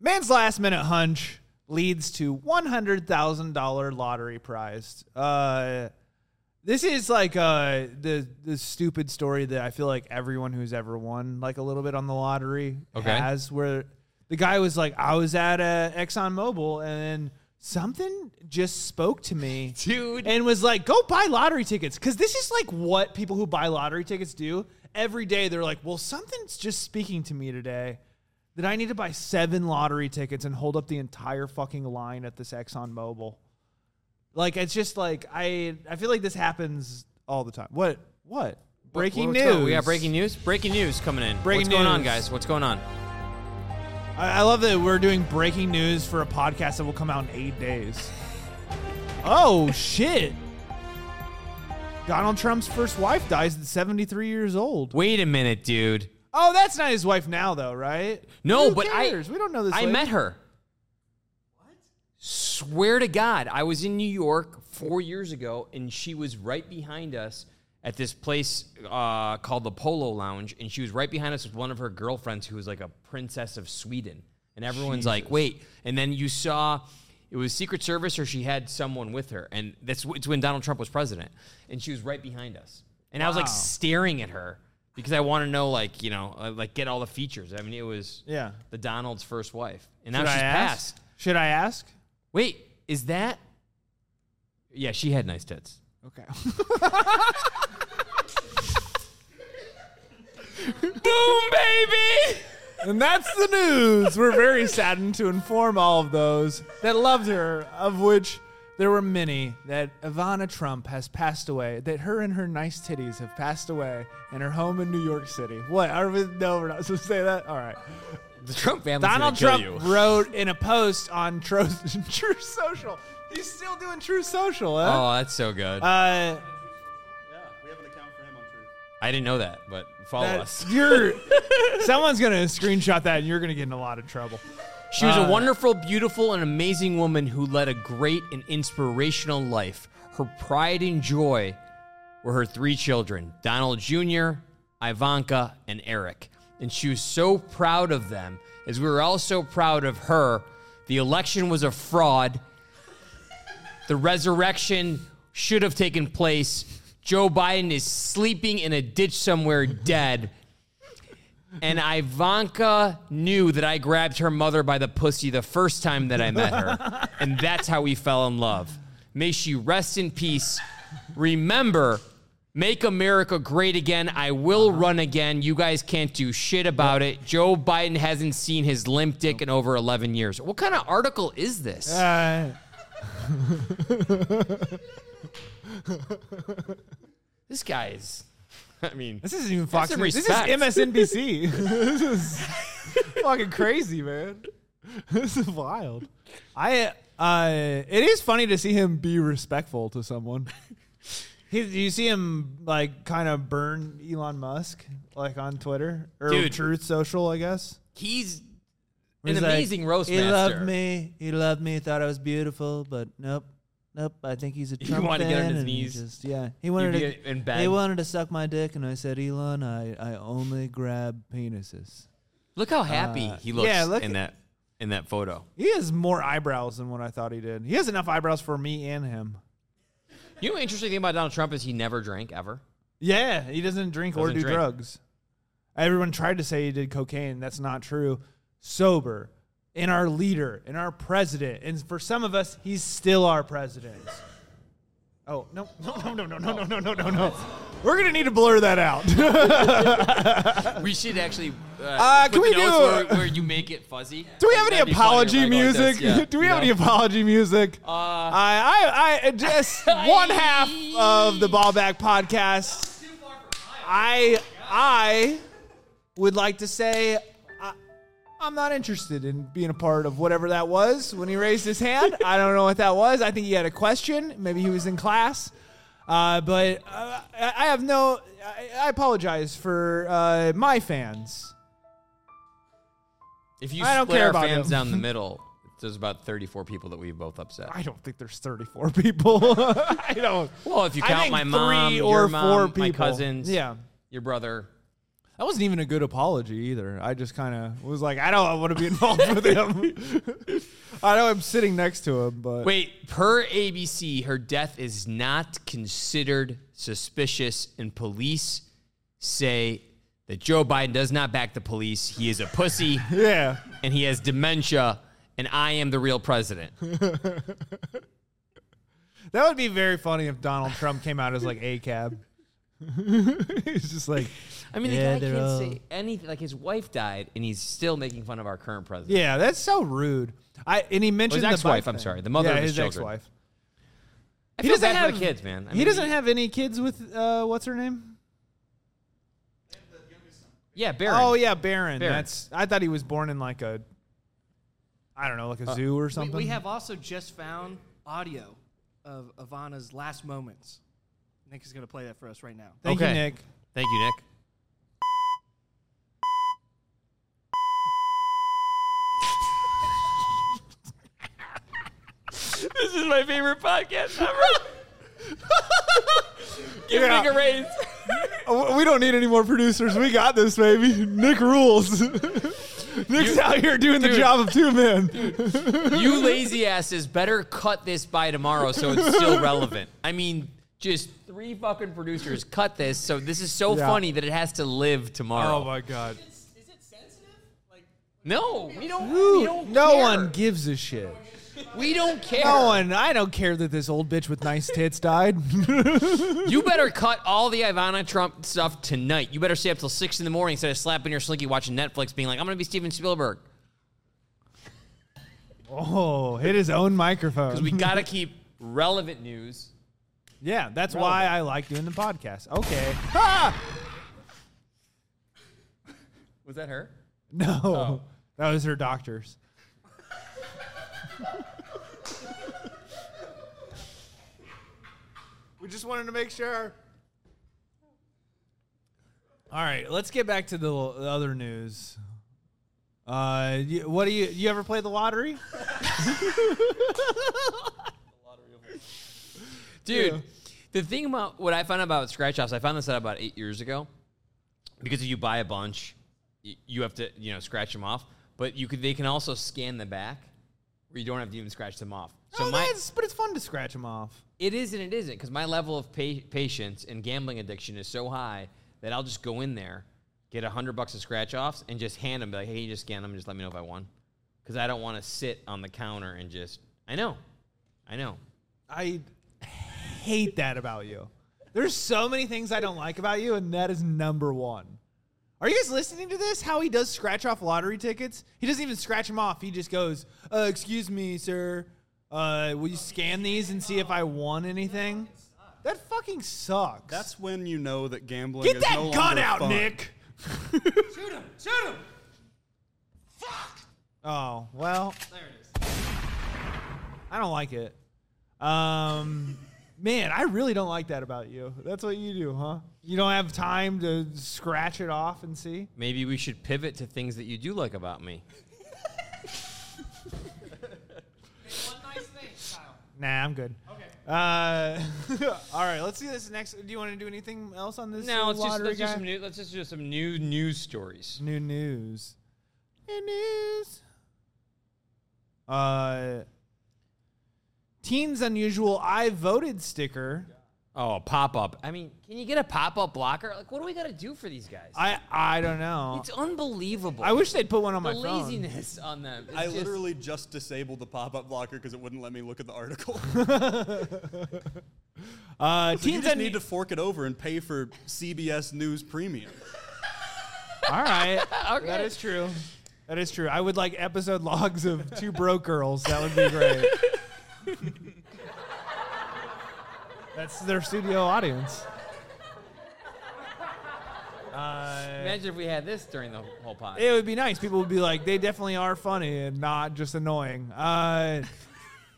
[SPEAKER 2] Man's last minute hunch leads to one hundred thousand dollar lottery prize. Uh, this is like uh the the stupid story that I feel like everyone who's ever won like a little bit on the lottery
[SPEAKER 1] Okay.
[SPEAKER 2] has, where the guy was like, I was at uh, ExxonMobil and something just spoke to me.
[SPEAKER 1] Dude.
[SPEAKER 2] and was like, "Go buy lottery tickets," because this is like what people who buy lottery tickets do every day. They're like, "Well, something's just speaking to me today that I need to buy seven lottery tickets and hold up the entire fucking line at this Exxon Mobil." Like it's just like I I feel like this happens all the time. What what breaking
[SPEAKER 1] What's
[SPEAKER 2] news?
[SPEAKER 1] going- We got breaking news. Breaking news coming in.
[SPEAKER 2] Breaking
[SPEAKER 1] What's going on,
[SPEAKER 2] news.
[SPEAKER 1] guys? What's going on?
[SPEAKER 2] I, I love that we're doing breaking news for a podcast that will come out in eight days. oh shit. Donald Trump's first wife dies at 73 years old.
[SPEAKER 1] Wait a minute, dude.
[SPEAKER 2] Oh, that's not his wife now, though, right?
[SPEAKER 1] No,
[SPEAKER 2] Who
[SPEAKER 1] but I-
[SPEAKER 2] cares? we don't know this.
[SPEAKER 1] I
[SPEAKER 2] lady.
[SPEAKER 1] met her. What? Swear to God, I was in New York four years ago, and she was right behind us at this place uh, called the Polo Lounge, and she was right behind us with one of her girlfriends who was like a princess of Sweden. And everyone's like, "Wait!" And then you saw it was Secret Service, or she had someone with her, and that's it's when Donald Trump was president, and she was right behind us, and I was like
[SPEAKER 2] Wow.
[SPEAKER 1] staring at her because I want to know, like you know, uh, like get all the features. I mean, it was
[SPEAKER 2] Yeah.
[SPEAKER 1] the Donald's first wife, and now
[SPEAKER 2] Should I
[SPEAKER 1] she's
[SPEAKER 2] ask?
[SPEAKER 1] passed.
[SPEAKER 2] Should I ask?
[SPEAKER 1] Wait, is that? Yeah, she had nice tits.
[SPEAKER 2] Okay.
[SPEAKER 1] Boom, baby!
[SPEAKER 2] and that's the news. We're very saddened to inform all of those that loved her, of which there were many, that Ivana Trump has passed away, that her and her nice titties have passed away in her home in New York City. What? Are we, no, we're not supposed to say that? All right.
[SPEAKER 1] The Trump family.
[SPEAKER 2] Donald Trump wrote in a post on Tro- True Social. He's still doing True Social, huh?
[SPEAKER 1] Uh, Oh, that's so good.
[SPEAKER 2] Uh,
[SPEAKER 1] I didn't know that, but follow us.
[SPEAKER 2] You're someone's gonna screenshot that, and you're gonna get in a lot of trouble.
[SPEAKER 1] She was a wonderful, beautiful, and amazing woman who led a great and inspirational life. Her pride and joy were her three children Donald Jr., Ivanka, and Eric. And she was so proud of them, as we were all so proud of her. The election was a fraud. The resurrection should have taken place. Joe Biden is sleeping in a ditch somewhere dead. And Ivanka knew that I grabbed her mother by the pussy the first time that I met her. and that's how we fell in love. May she rest in peace. Remember, make America great again. I will run again. You guys can't do shit about it. Joe Biden hasn't seen his limp dick in over 11 years. What kind of article is this?
[SPEAKER 2] Uh,
[SPEAKER 1] This guy is. I mean,
[SPEAKER 2] this isn't even Fox.
[SPEAKER 1] some
[SPEAKER 2] News. This is
[SPEAKER 1] respect.
[SPEAKER 2] MSNBC. this is fucking crazy, man. This is wild. I uh, it is funny to see him be respectful to someone. He, you see him like kind of burn Elon Musk like on Twitter or
[SPEAKER 1] Dude.
[SPEAKER 2] Truth Social, I guess.
[SPEAKER 1] he's
[SPEAKER 2] Where
[SPEAKER 1] an
[SPEAKER 2] he's like,
[SPEAKER 1] amazing roast
[SPEAKER 2] He
[SPEAKER 1] master.
[SPEAKER 2] loved me. He loved me. Thought I was beautiful, but nope, nope. I think he's a Trump
[SPEAKER 1] wanted to get on
[SPEAKER 2] fan,
[SPEAKER 1] his
[SPEAKER 2] and he
[SPEAKER 1] knees.
[SPEAKER 2] just- yeah, he wanted to.
[SPEAKER 1] get in bed.
[SPEAKER 2] He wanted to suck my dick, and I said, Elon, I, I only grab penises.
[SPEAKER 1] Look how happy
[SPEAKER 2] Uh,
[SPEAKER 1] he looks
[SPEAKER 2] yeah, look
[SPEAKER 1] in that in that photo.
[SPEAKER 2] He has more eyebrows than what I thought he did. He has enough eyebrows for me and him.
[SPEAKER 1] You know, the interesting thing about Donald Trump is he never drank ever.
[SPEAKER 2] Yeah, he doesn't drink or
[SPEAKER 1] Doesn't
[SPEAKER 2] do
[SPEAKER 1] drink.
[SPEAKER 2] drugs. Everyone tried to say he did cocaine. That's not true. Sober, in our leader, in our president, and for some of us, he's still our president. Oh no no no no no no no no no no no! We're gonna need to blur that out.
[SPEAKER 1] We should actually. Uh,
[SPEAKER 2] Uh, can
[SPEAKER 1] put the
[SPEAKER 2] we do
[SPEAKER 1] notes
[SPEAKER 2] a-
[SPEAKER 1] where, where you make it fuzzy?
[SPEAKER 2] Do we have any
[SPEAKER 1] That'd be funnier,
[SPEAKER 2] apology
[SPEAKER 1] like, like
[SPEAKER 2] music?
[SPEAKER 1] this, yeah.
[SPEAKER 2] Do we
[SPEAKER 1] You
[SPEAKER 2] have any
[SPEAKER 1] know?
[SPEAKER 2] apology music? Uh, I, I, I just one half of the Ballback podcast. I, I would like to say I, I'm not interested in being a part of whatever that was when he raised his hand. I don't know what that was. I think he had a question. Maybe he was in class. Uh, but uh, I I have no. I, I apologize for uh, my fans.
[SPEAKER 1] If you
[SPEAKER 2] I don't
[SPEAKER 1] split
[SPEAKER 2] care
[SPEAKER 1] our
[SPEAKER 2] about
[SPEAKER 1] fans
[SPEAKER 2] him.
[SPEAKER 1] down the middle, there's about 34 people that we've both upset.
[SPEAKER 2] I don't think there's 34 people. I don't.
[SPEAKER 1] Well, if you
[SPEAKER 2] I
[SPEAKER 1] count
[SPEAKER 2] think
[SPEAKER 1] my mom,
[SPEAKER 2] three
[SPEAKER 1] your
[SPEAKER 2] or
[SPEAKER 1] mom,
[SPEAKER 2] four people.
[SPEAKER 1] my cousins,
[SPEAKER 2] Yeah,
[SPEAKER 1] your brother.
[SPEAKER 2] that wasn't even a good apology either. I just kind of was like, I don't want to be involved with him. I know I'm sitting next to him, but
[SPEAKER 1] Wait, per ABC, her death is not considered suspicious, and police say that Joe Biden does not back the police. He is a pussy
[SPEAKER 2] yeah,
[SPEAKER 1] and he has dementia, and I am the real president.
[SPEAKER 2] that would be very funny if Donald Trump came out as like a cab. He's just like,
[SPEAKER 1] I mean, the
[SPEAKER 2] Yeah,
[SPEAKER 1] guy
[SPEAKER 2] they're
[SPEAKER 1] can't
[SPEAKER 2] all-
[SPEAKER 1] say anything. Like his wife died, and he's still making fun of our current president.
[SPEAKER 2] yeah, that's so rude. I and he mentioned the
[SPEAKER 1] ex-wife,
[SPEAKER 2] bike
[SPEAKER 1] I'm
[SPEAKER 2] thing.
[SPEAKER 1] sorry, the mother
[SPEAKER 2] yeah,
[SPEAKER 1] of his children.
[SPEAKER 2] ex-wife.
[SPEAKER 1] I
[SPEAKER 2] He
[SPEAKER 1] feel
[SPEAKER 2] doesn't
[SPEAKER 1] bad for the
[SPEAKER 2] have-
[SPEAKER 1] kids, man. I
[SPEAKER 2] He
[SPEAKER 1] mean,
[SPEAKER 2] doesn't have any kids with uh, what's her name?
[SPEAKER 1] Yeah, Barry.
[SPEAKER 2] Oh yeah, Baron.
[SPEAKER 1] Baron.
[SPEAKER 2] That's I thought he was born in like a I don't know,
[SPEAKER 1] Uh,
[SPEAKER 2] like a zoo or
[SPEAKER 4] We,
[SPEAKER 2] something.
[SPEAKER 4] we have also just found audio of Ivana's last moments. Nick is going to play that for us right now.
[SPEAKER 2] Thank
[SPEAKER 1] Okay.
[SPEAKER 2] you, Nick.
[SPEAKER 1] Thank you, Nick. this is my favorite podcast ever. Give
[SPEAKER 2] Yeah.
[SPEAKER 1] Nick a raise.
[SPEAKER 2] Oh, We don't need any more producers. We got this, baby. Nick rules. Nick's out here doing the job of two men.
[SPEAKER 1] you lazy asses better cut this by tomorrow so it's still relevant. I mean, just three fucking producers cut this, so this is so
[SPEAKER 2] Yeah.
[SPEAKER 1] funny that it has to live tomorrow.
[SPEAKER 2] Oh, god.
[SPEAKER 1] no, we don't. we don't
[SPEAKER 2] No
[SPEAKER 1] care.
[SPEAKER 2] one gives a shit.
[SPEAKER 1] We don't care.
[SPEAKER 2] No one. I don't care that this old bitch with nice tits died.
[SPEAKER 1] You better cut all the Ivana Trump stuff tonight. You better stay up till six in the morning instead of slapping your slinky watching Netflix, being like, "I'm gonna be Steven Spielberg."
[SPEAKER 2] oh, hit his own microphone.
[SPEAKER 1] We gotta keep relevant news.
[SPEAKER 2] yeah, that's why I like doing the podcast. Okay. Ah!
[SPEAKER 1] Was that her?
[SPEAKER 2] No. That was her doctor's. we just wanted to make sure. All right, let's get back to the, l- the other news. Uh, you, what do you you ever play the lottery?
[SPEAKER 1] Dude, the thing about what I found out about scratch offs, I found this out about eight years ago. Because if you buy a bunch, y- you have to, you know, scratch them off. But you could they can also scan the back where you don't have to even scratch them off. So
[SPEAKER 2] oh,
[SPEAKER 1] my
[SPEAKER 2] that's, but it's fun to scratch them off.
[SPEAKER 1] it is and it isn't, because my level of pa- patience and gambling addiction is so high that I'll just go in there, get a hundred bucks of scratch offs, and just hand them be like, hey, you just scan them and just let me know if I won. Because I don't want to sit on the counter and just I know. I know.
[SPEAKER 2] I hate that about you. There's so many things I don't like about you, and that is number one. Are you guys listening to this? How he does scratch off lottery tickets? He doesn't even scratch them off. He just goes, uh, "Excuse me, sir. Uh, will you scan these and see if I won anything?" That fucking sucks.
[SPEAKER 3] That's when you know that gambling
[SPEAKER 2] Get
[SPEAKER 3] is
[SPEAKER 2] that
[SPEAKER 3] no
[SPEAKER 2] gun
[SPEAKER 3] longer
[SPEAKER 2] out,
[SPEAKER 3] fun.
[SPEAKER 2] Nick.
[SPEAKER 4] Shoot him! Shoot him!
[SPEAKER 2] Oh well,
[SPEAKER 4] There it is.
[SPEAKER 2] I don't like it. Um, man, I really don't like that about you. That's what you do, huh? You don't have time to scratch it off and see.
[SPEAKER 1] Maybe we should pivot to things that you do like about me.
[SPEAKER 4] One nice thing, Kyle.
[SPEAKER 2] Nah, I'm good.
[SPEAKER 4] Okay.
[SPEAKER 2] Uh, all right, let's do this next. Do you want to do anything else on this? uh,
[SPEAKER 1] No, let's just
[SPEAKER 2] lottery
[SPEAKER 1] let's do
[SPEAKER 2] guy?
[SPEAKER 1] some new let's just do some new news stories.
[SPEAKER 2] new news. New news. Uh, teens unusual I voted sticker.
[SPEAKER 1] Oh, pop up. I mean, can you get a pop up blocker? Like, what do we got to do for these guys?
[SPEAKER 2] I I don't know.
[SPEAKER 1] it's unbelievable.
[SPEAKER 2] I wish they'd put one on
[SPEAKER 1] the
[SPEAKER 2] my phone.
[SPEAKER 1] laziness on them. is
[SPEAKER 3] I
[SPEAKER 1] just-
[SPEAKER 3] literally just disabled the pop-up blocker because it wouldn't let me look at the article.
[SPEAKER 2] Uh,
[SPEAKER 3] you
[SPEAKER 2] teens
[SPEAKER 3] just
[SPEAKER 2] unu-
[SPEAKER 3] need to fork it over and pay for CBS News Premium.
[SPEAKER 2] All right.
[SPEAKER 1] Okay.
[SPEAKER 2] That is true. That is true. I would like episode logs of two broke girls. That would be great. That's their studio audience. Uh,
[SPEAKER 1] Imagine if we had this during the whole pod.
[SPEAKER 2] it would be nice. People would be like, they definitely are funny and not just annoying. Uh,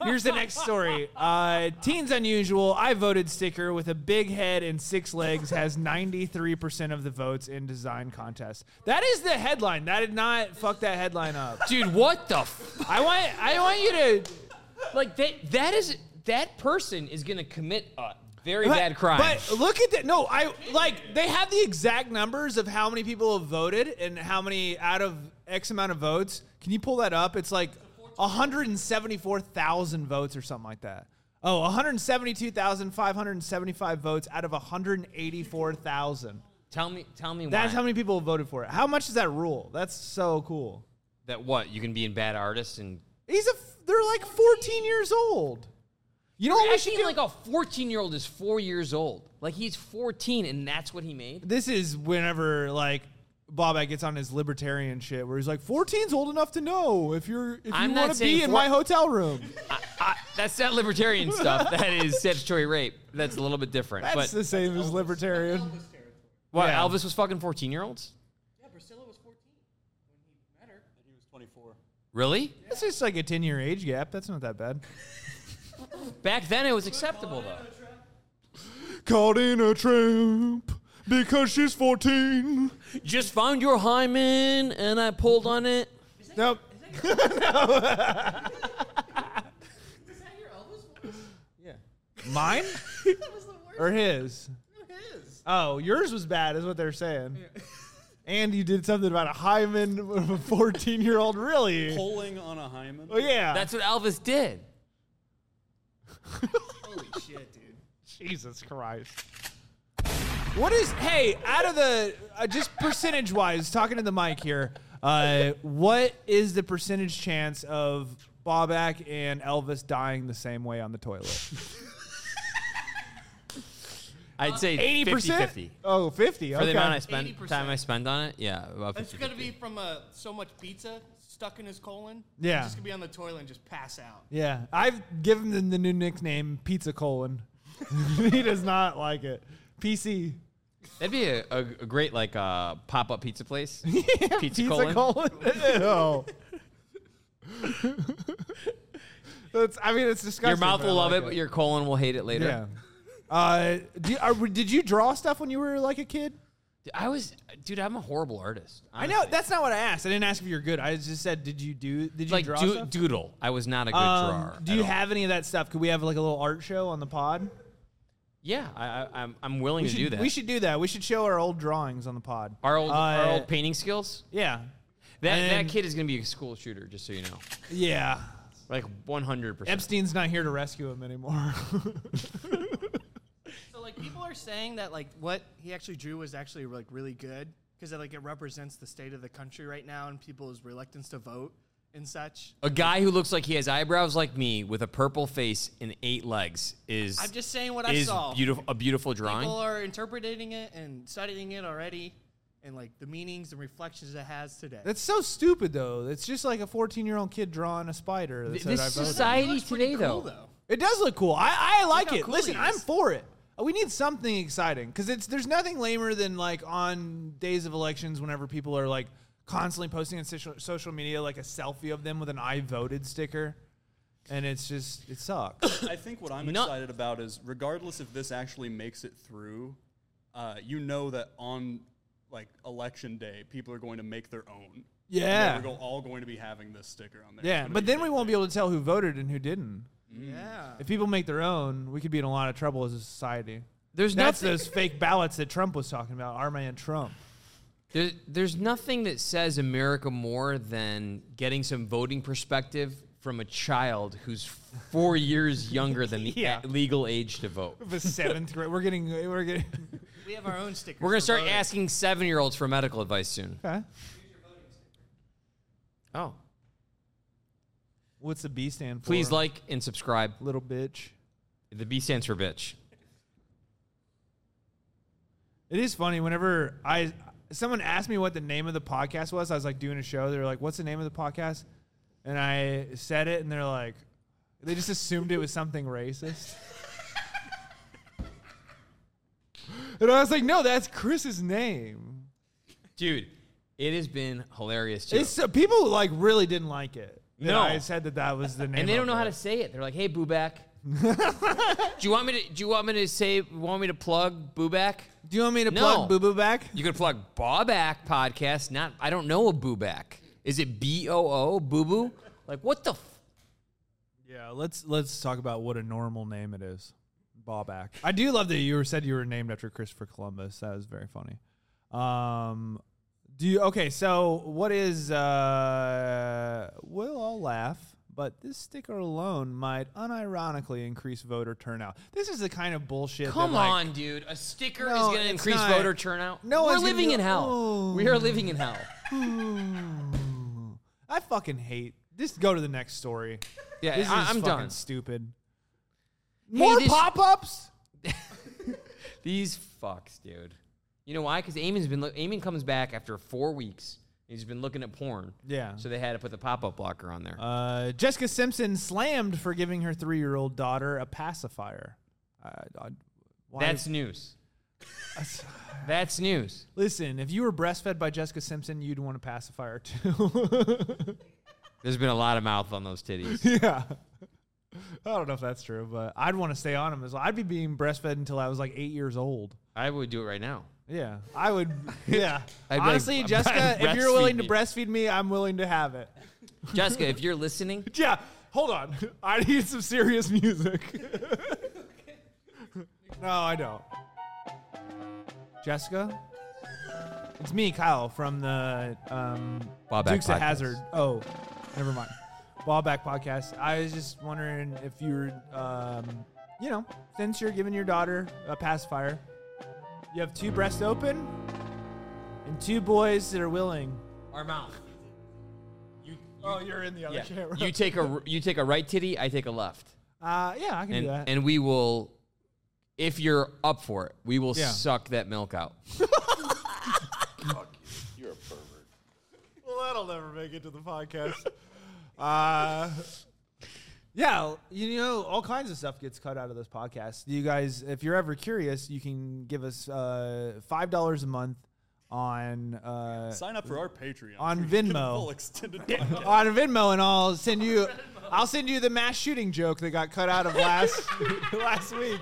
[SPEAKER 2] here's the next story. Uh, teens unusual. I voted sticker with a big head and six legs has 93% of the votes in design contest. That is the headline. That did not fuck that headline up.
[SPEAKER 1] Dude, what the? F-
[SPEAKER 2] I want I want you to
[SPEAKER 1] like that? That is that person is gonna commit a very bad crime.
[SPEAKER 2] But look at that. No, I like they have the exact numbers of how many people have voted and how many out of X amount of votes. Can you pull that up? It's like 174,000 votes or something like that. Oh, 172,575 votes out of 184,000.
[SPEAKER 1] tell me, tell me
[SPEAKER 2] That's
[SPEAKER 1] why.
[SPEAKER 2] how many people have voted for it. How much does that rule? That's so cool.
[SPEAKER 1] that what you can be in bad artists and
[SPEAKER 2] He's a f- they're like 14 years old. You know what we should
[SPEAKER 1] actually
[SPEAKER 2] do?
[SPEAKER 1] like a fourteen year old is four years old. Like he's fourteen and that's what he made.
[SPEAKER 2] this is whenever like Bobak gets on his libertarian shit where he's like 14's old enough to know if you're if
[SPEAKER 1] I'm
[SPEAKER 2] you
[SPEAKER 1] not
[SPEAKER 2] want to
[SPEAKER 1] saying
[SPEAKER 2] be in
[SPEAKER 1] four-
[SPEAKER 2] my hotel room.
[SPEAKER 1] I, that's not libertarian stuff. That is statutory rape. That's a little bit different.
[SPEAKER 2] That's
[SPEAKER 1] but
[SPEAKER 2] the same as libertarian.
[SPEAKER 1] what,
[SPEAKER 2] yeah.
[SPEAKER 1] Elvis was fucking 14 year olds?
[SPEAKER 4] Yeah, Priscilla was 14 when he met her.
[SPEAKER 3] He was 24.
[SPEAKER 1] Really?
[SPEAKER 2] It's just like a 10 year age gap. That's not that bad.
[SPEAKER 1] Back then it was acceptable though.
[SPEAKER 2] Caught in a tramp because she's 14.
[SPEAKER 1] Just found your hymen and I pulled on it.
[SPEAKER 2] Nope.
[SPEAKER 4] Is that your Oh Elvis voice?
[SPEAKER 2] Mine
[SPEAKER 4] That was the worst
[SPEAKER 2] or his?
[SPEAKER 4] of his.
[SPEAKER 2] Oh, yours was bad, is what they're saying. And you did something about a hymen of a 14 year old. Really?
[SPEAKER 3] Polling on a hymen.
[SPEAKER 2] Oh, yeah.
[SPEAKER 1] That's what Elvis did.
[SPEAKER 4] Holy shit, dude.
[SPEAKER 2] Jesus Christ. What is hey out of the uh, just percentage wise talking to the mic here? Uh, what is the percentage chance of Bobak and Elvis dying the same way on the toilet?
[SPEAKER 1] I'd say
[SPEAKER 2] 80
[SPEAKER 1] 50-50.
[SPEAKER 2] percent. Oh, 50.
[SPEAKER 1] For the
[SPEAKER 2] okay.
[SPEAKER 1] amount I spent,
[SPEAKER 4] 80%.
[SPEAKER 1] time I spent on it, yeah, about
[SPEAKER 4] It's
[SPEAKER 1] 50,
[SPEAKER 4] gonna be from uh, so much pizza stuck in his colon.
[SPEAKER 2] Yeah.
[SPEAKER 4] He's just gonna be on the toilet and just pass out.
[SPEAKER 2] yeah, I've given them the new nickname Pizza Colon. he does not like it. PC.
[SPEAKER 1] That'd be a, a, a great like uh, pop up pizza place. pizza
[SPEAKER 2] Pizza
[SPEAKER 1] colon.
[SPEAKER 2] colon. Ew. That's. I mean, it's disgusting.
[SPEAKER 1] Your mouth
[SPEAKER 2] but I
[SPEAKER 1] will love
[SPEAKER 2] like
[SPEAKER 1] it, but your colon will hate it later.
[SPEAKER 2] Yeah. Uh, do, are, did you draw stuff when you were like a kid?
[SPEAKER 1] Dude, I was, dude. I'm a horrible artist.
[SPEAKER 2] I know
[SPEAKER 1] honestly.
[SPEAKER 2] that's not what I asked. I didn't ask if you're good. I just said, did you do? Did you
[SPEAKER 1] like
[SPEAKER 2] draw
[SPEAKER 1] do,
[SPEAKER 2] stuff?
[SPEAKER 1] doodle. I was not a good
[SPEAKER 2] Um,
[SPEAKER 1] drawer.
[SPEAKER 2] do
[SPEAKER 1] at
[SPEAKER 2] you
[SPEAKER 1] all.
[SPEAKER 2] have any of that stuff? Could we have like a little art show on the pod?
[SPEAKER 1] Yeah, I, I, I'm, I'm willing
[SPEAKER 2] We
[SPEAKER 1] to
[SPEAKER 2] should
[SPEAKER 1] do that.
[SPEAKER 2] We should do that. We should show our old drawings on the pod.
[SPEAKER 1] Our old, our
[SPEAKER 2] Uh,
[SPEAKER 1] old painting skills.
[SPEAKER 2] yeah,
[SPEAKER 1] That
[SPEAKER 2] and-
[SPEAKER 1] that kid is gonna be a school shooter, just so you know.
[SPEAKER 2] yeah.
[SPEAKER 1] Like 100. percent
[SPEAKER 2] Epstein's not here to rescue him anymore.
[SPEAKER 4] So like people are saying that like what he actually drew was actually like really good because like it represents the state of the country right now and people's reluctance to vote and such.
[SPEAKER 1] A guy who looks like he has eyebrows like me, with a purple face and eight legs, is
[SPEAKER 4] I'm just saying what I
[SPEAKER 1] is
[SPEAKER 4] saw.
[SPEAKER 1] beautiful. A beautiful drawing.
[SPEAKER 4] People are interpreting it and studying it already, and like the meanings and reflections it has today.
[SPEAKER 2] That's so stupid, though. It's just like a 14 year old kid drawing a spider.
[SPEAKER 1] Th-
[SPEAKER 2] That said,
[SPEAKER 1] this
[SPEAKER 2] I voted.
[SPEAKER 1] society-
[SPEAKER 4] It looks pretty
[SPEAKER 1] today,
[SPEAKER 4] cool,
[SPEAKER 1] though.
[SPEAKER 2] It does look cool. I, I like
[SPEAKER 4] how
[SPEAKER 2] it.
[SPEAKER 4] cool
[SPEAKER 2] Listen,
[SPEAKER 4] he
[SPEAKER 2] I'm
[SPEAKER 4] is.
[SPEAKER 2] for it. We need something exciting because it's there's nothing lamer than like on days of elections whenever people are like constantly posting on social, social media like a selfie of them with an I voted sticker, and it's just it sucks.
[SPEAKER 3] I think what I'm
[SPEAKER 1] No-
[SPEAKER 3] excited about is, regardless if this actually makes it through, uh, you know that on like election day, people are going to make their own.
[SPEAKER 2] Yeah.
[SPEAKER 3] and they're go- all going to be having this sticker on there.
[SPEAKER 2] yeah, but then we won't be able to tell who voted and who didn't.
[SPEAKER 4] Yeah.
[SPEAKER 2] If people make their own, we could be in a lot of trouble as a society.
[SPEAKER 1] There's
[SPEAKER 2] That's
[SPEAKER 1] nothing.
[SPEAKER 2] those fake ballots that Trump was talking about. Our man Trump.
[SPEAKER 1] There, there's nothing that says America more than getting some voting perspective from a child who's four years younger than the
[SPEAKER 2] Yeah.
[SPEAKER 1] a- legal age to vote.
[SPEAKER 2] The seventh grade. We're getting. We're getting.
[SPEAKER 4] We have our own stickers.
[SPEAKER 1] We're gonna
[SPEAKER 4] for
[SPEAKER 1] start
[SPEAKER 4] voting.
[SPEAKER 1] asking seven year olds for medical advice soon.
[SPEAKER 2] Okay.
[SPEAKER 1] Oh,
[SPEAKER 2] What's the B stand for?
[SPEAKER 1] please like and subscribe.
[SPEAKER 2] little bitch.
[SPEAKER 1] The B stands for bitch.
[SPEAKER 2] It is funny whenever I someone asked me what the name of the podcast was. I was like doing a show. They're like, "What's the name of the podcast?" And I said it, and they're like, they just assumed it was something racist. and I was like, "No, that's Chris's name."
[SPEAKER 1] Dude, it has been hilarious too.
[SPEAKER 2] It's uh, people like really didn't like it. that
[SPEAKER 1] No.
[SPEAKER 2] I said that that was the name,
[SPEAKER 1] and they don't
[SPEAKER 2] of
[SPEAKER 1] know how
[SPEAKER 2] it.
[SPEAKER 1] to say it. They're like, "Hey, Booback." do you want me to? Do you want me to say? Want me to plug Booback?
[SPEAKER 2] Do you want me to
[SPEAKER 1] No.
[SPEAKER 2] plug Boo Boo back?
[SPEAKER 1] You could plug Bawback podcast. Not, I don't know a Booback. Is it B O O Boo Boo? Like what the? F-
[SPEAKER 2] Yeah, let's let's talk about what a normal name it is. Bawback. I do love that you were said you were named after Christopher Columbus. That was very funny. Um do you okay, so what is uh we'll all laugh, but this sticker alone might unironically increase voter turnout. This is the kind of bullshit that,
[SPEAKER 1] come
[SPEAKER 2] like,
[SPEAKER 1] on, dude. A sticker
[SPEAKER 2] No,
[SPEAKER 1] is going to
[SPEAKER 2] it's
[SPEAKER 1] increase
[SPEAKER 2] not.
[SPEAKER 1] voter turnout.
[SPEAKER 2] No
[SPEAKER 1] we're
[SPEAKER 2] one's gonna
[SPEAKER 1] living
[SPEAKER 2] be
[SPEAKER 1] in
[SPEAKER 2] like,
[SPEAKER 1] hell.
[SPEAKER 2] "Oh."
[SPEAKER 1] We are living in hell.
[SPEAKER 2] Ooh. I fucking hate. Just go to the next story.
[SPEAKER 1] Yeah,
[SPEAKER 2] this
[SPEAKER 1] I-
[SPEAKER 2] is
[SPEAKER 1] I'm
[SPEAKER 2] fucking
[SPEAKER 1] done.
[SPEAKER 2] Stupid. More
[SPEAKER 1] this-
[SPEAKER 2] pop-ups.
[SPEAKER 1] These fucks, dude. You know why? Because Eamon's been look Eamon comes back after four weeks. and He's been looking at porn.
[SPEAKER 2] Yeah.
[SPEAKER 1] So they had to put the pop up blocker on there.
[SPEAKER 2] Uh, Jessica Simpson slammed for giving her three-year-old daughter a pacifier. Uh, I, why-
[SPEAKER 1] That's news. That's news.
[SPEAKER 2] listen. If you were breastfed by Jessica Simpson, you'd want a pacifier too.
[SPEAKER 1] There's been a lot of mouth on those titties.
[SPEAKER 2] yeah. I don't know if that's true, but I'd want to stay on them as well. I'd be being breastfed until I was like eight years old.
[SPEAKER 1] I would do it right now.
[SPEAKER 2] Yeah, I would. Yeah,
[SPEAKER 1] I'd be like,
[SPEAKER 2] honestly,
[SPEAKER 1] "Bre-
[SPEAKER 2] Jessica, if you're
[SPEAKER 1] breastfeed
[SPEAKER 2] willing to
[SPEAKER 1] me."
[SPEAKER 2] breastfeed me, I'm willing to have it.
[SPEAKER 1] Jessica, if you're listening,
[SPEAKER 2] Yeah, hold on, I need some serious music. no, I don't. Jessica, it's me, Kyle, from the um,
[SPEAKER 1] Ballback
[SPEAKER 2] Dukes
[SPEAKER 1] Podcast.
[SPEAKER 2] of Hazard. Oh, never mind. Ballback podcast. I was just wondering if you're, um, you know, since you're giving your daughter a pacifier, you have two breasts open and two boys that are willing.
[SPEAKER 1] our mouth. You,
[SPEAKER 2] Oh, you're in the other
[SPEAKER 1] yeah.
[SPEAKER 2] camera.
[SPEAKER 1] you take a r- you take a right titty, I take a left,
[SPEAKER 2] uh, yeah, I can
[SPEAKER 1] and
[SPEAKER 2] do that.
[SPEAKER 1] and we will, if you're up for it, we will
[SPEAKER 2] Yeah.
[SPEAKER 1] suck that milk out.
[SPEAKER 2] Well, that'll never make it to the podcast. uh, yeah, you know, all kinds of stuff gets cut out of this podcast. You guys, if you're ever curious, you can give us uh, five dollars a month on uh,
[SPEAKER 3] Sign up for our Patreon
[SPEAKER 2] On
[SPEAKER 3] so you can get
[SPEAKER 2] Venmo.
[SPEAKER 3] a Full extended podcast.
[SPEAKER 2] on Venmo, and I'll send you. I'll send you the mass shooting joke that got cut out of last last week.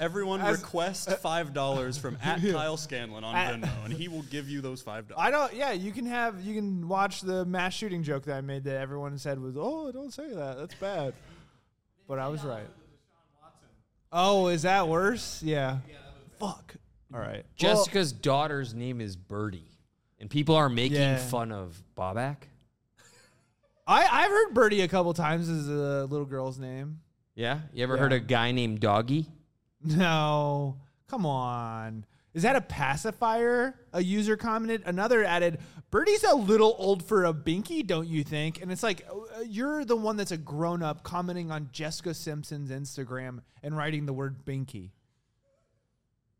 [SPEAKER 3] everyone
[SPEAKER 2] As-
[SPEAKER 3] request five dollars from at Kyle Scanlon on
[SPEAKER 2] At-
[SPEAKER 3] Venmo, and he will give you those five dollars.
[SPEAKER 2] I don't. Yeah, you can have you can watch the mass shooting joke that I made that everyone said was, "Oh, don't say that. That's bad." But I was right. Oh, is that worse? Yeah. Fuck. All right.
[SPEAKER 1] Jessica's daughter's name is Birdie, and people are making
[SPEAKER 2] Yeah.
[SPEAKER 1] fun of Bobak.
[SPEAKER 2] Well, I I've heard Birdie a couple times as a little girl's name.
[SPEAKER 1] Yeah, you ever heard
[SPEAKER 2] Yeah.
[SPEAKER 1] a guy named Doggy?
[SPEAKER 2] No, come on. Is that a pacifier? A user commented. Another added, Birdie's a little old for a binky, don't you think? And it's like, uh, you're the one that's a grown up commenting on Jessica Simpson's Instagram and writing the word binky.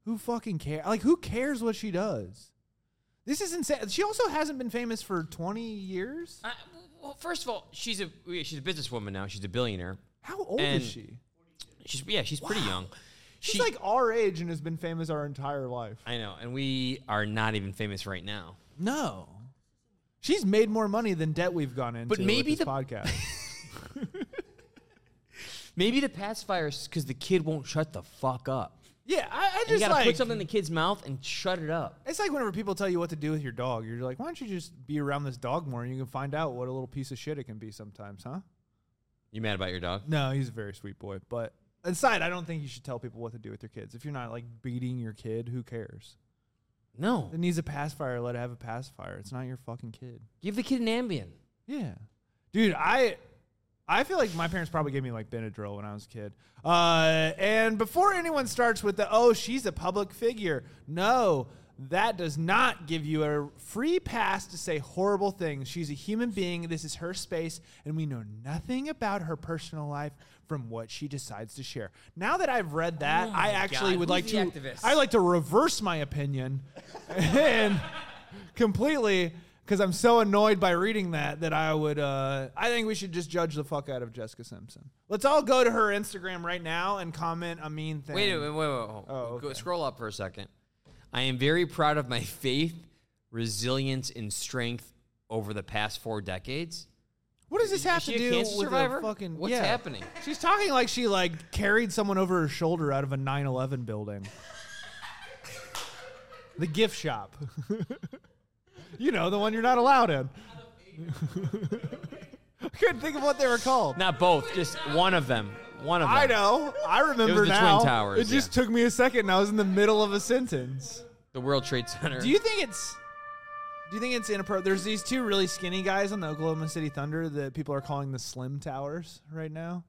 [SPEAKER 2] Who fucking cares? Like, who cares what she does? This is insane. She also hasn't been famous for 20 years.
[SPEAKER 1] I, Uh, well, first of all, she's a she's a businesswoman now. She's a billionaire.
[SPEAKER 2] How old
[SPEAKER 1] And-
[SPEAKER 2] is she?
[SPEAKER 1] She's yeah, she's pretty young.
[SPEAKER 2] She's
[SPEAKER 1] She-
[SPEAKER 2] like our age and has been famous our entire life.
[SPEAKER 1] I know, and we are not even famous right now.
[SPEAKER 2] No. She's made more money than debt we've gone into but maybe
[SPEAKER 1] maybe
[SPEAKER 2] with this
[SPEAKER 1] the-
[SPEAKER 2] podcast.
[SPEAKER 1] Maybe the pacifier is because the kid won't shut the fuck up.
[SPEAKER 2] yeah, I, I
[SPEAKER 1] And you
[SPEAKER 2] just
[SPEAKER 1] gotta
[SPEAKER 2] like
[SPEAKER 1] put something in the kid's mouth and shut it up.
[SPEAKER 2] it's like whenever people tell you what to do with your dog, you're like, why don't you just be around this dog more and you can find out what a little piece of shit it can be sometimes, huh?
[SPEAKER 1] You mad about your dog?
[SPEAKER 2] No, he's a very sweet boy, but inside, I don't think you should tell people what to do with their kids. If you're not like beating your kid, who cares?
[SPEAKER 1] No.
[SPEAKER 2] If it needs a pacifier, let it have a pacifier. It's not your fucking kid.
[SPEAKER 1] Give the kid an Ambien.
[SPEAKER 2] Yeah, dude, I I feel like my parents probably gave me like Benadryl when I was a kid. Uh, and before anyone starts with the oh she's a public figure, no, that does not give you a free pass to say horrible things. She's a human being. This is her space, and we know nothing about her personal life from what she decides to share. Now that I've read that, I
[SPEAKER 1] Oh
[SPEAKER 2] actually
[SPEAKER 1] God,
[SPEAKER 2] would
[SPEAKER 1] who's
[SPEAKER 2] like
[SPEAKER 1] the
[SPEAKER 2] to
[SPEAKER 1] activist?
[SPEAKER 2] I like to reverse my opinion and completely because I'm so annoyed by reading that that I would. Uh, I think we should just judge the fuck out of Jessica Simpson. Let's all go to her Instagram right now and comment a mean thing.
[SPEAKER 1] Wait, wait, wait, wait. wait.
[SPEAKER 2] Oh,
[SPEAKER 1] Go-
[SPEAKER 2] okay.
[SPEAKER 1] Scroll up for a second. I am very proud of my faith, resilience, and strength over the past four decades.
[SPEAKER 2] What does this have
[SPEAKER 1] Is
[SPEAKER 2] to
[SPEAKER 1] she a
[SPEAKER 2] do
[SPEAKER 1] cancer
[SPEAKER 2] with
[SPEAKER 1] survivor?
[SPEAKER 2] the fucking?
[SPEAKER 1] What's
[SPEAKER 2] yeah.
[SPEAKER 1] happening?
[SPEAKER 2] She's talking like she like carried someone over her shoulder out of a 9/11 building. the gift shop. you know, the one you're not allowed in. I couldn't think of what they were called.
[SPEAKER 1] Not both, just one of them. One of them.
[SPEAKER 2] I know. I remember
[SPEAKER 1] It was the
[SPEAKER 2] now.
[SPEAKER 1] Twin Towers,
[SPEAKER 2] It just took me a second and I was in the middle of a sentence.
[SPEAKER 1] The World Trade Center.
[SPEAKER 2] Do you think it's Do you think it's inappropriate? There's these two really skinny guys on the Oklahoma City Thunder that people are calling the Slim Towers right now.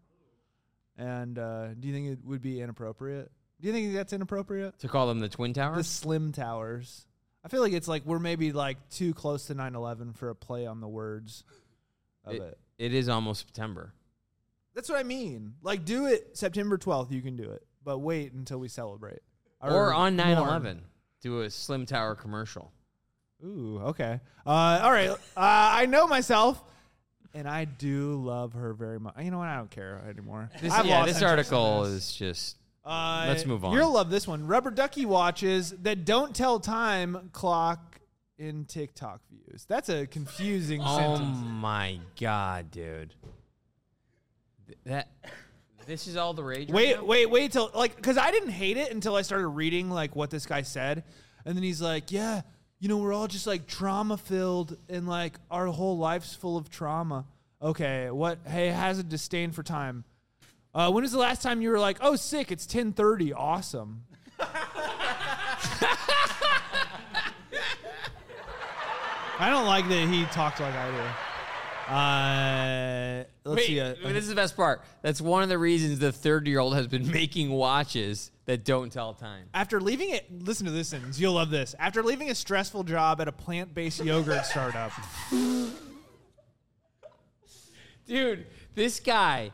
[SPEAKER 2] And uh, do you think it would be inappropriate? Do you think that's inappropriate?
[SPEAKER 1] to call them the Twin
[SPEAKER 2] The
[SPEAKER 1] Towers?
[SPEAKER 2] Slim Towers. I feel like it's like we're maybe like too close to 9/11 for a play on the words of
[SPEAKER 1] It-
[SPEAKER 2] it.
[SPEAKER 1] it is almost September.
[SPEAKER 2] That's what I mean. Like, do it September 12th. You can do it, but wait until we celebrate.
[SPEAKER 1] Or on 9
[SPEAKER 2] mourn.
[SPEAKER 1] 11. Do a Slim Tower commercial.
[SPEAKER 2] Ooh, okay. Uh, all right. Uh, I know myself, and I do love her very much. You know what? I don't care anymore.
[SPEAKER 1] This,
[SPEAKER 2] I've
[SPEAKER 1] yeah,
[SPEAKER 2] lost
[SPEAKER 1] this
[SPEAKER 2] interest in
[SPEAKER 1] article
[SPEAKER 2] this.
[SPEAKER 1] is just.
[SPEAKER 2] Uh,
[SPEAKER 1] Let's move on.
[SPEAKER 2] You'll love this one. Rubber ducky watches that don't tell time clock in TikTok views. That's a confusing
[SPEAKER 1] Oh
[SPEAKER 2] sentence.
[SPEAKER 1] my god, dude. Th- That this is all the rage. right
[SPEAKER 2] Wait,
[SPEAKER 1] now?
[SPEAKER 2] wait, wait till like because I didn't hate it until I started reading like what this guy said, and then he's like, yeah, you know, we're all just like trauma filled, and like our whole life's full of trauma. Okay, what? Hey, has a disdain for time. Uh, when was the last time you were like, oh, sick? It's ten thirty. Awesome. I don't like that he talks like I do. Uh, let's
[SPEAKER 1] Wait,
[SPEAKER 2] see. uh,
[SPEAKER 1] wait, this is the best part. That's one of the reasons the 30 year old has been making watches that don't tell time.
[SPEAKER 2] After leaving it, listen to this sentence. You'll love this. After leaving a stressful job at a plant based yogurt startup,
[SPEAKER 1] Dude, this guy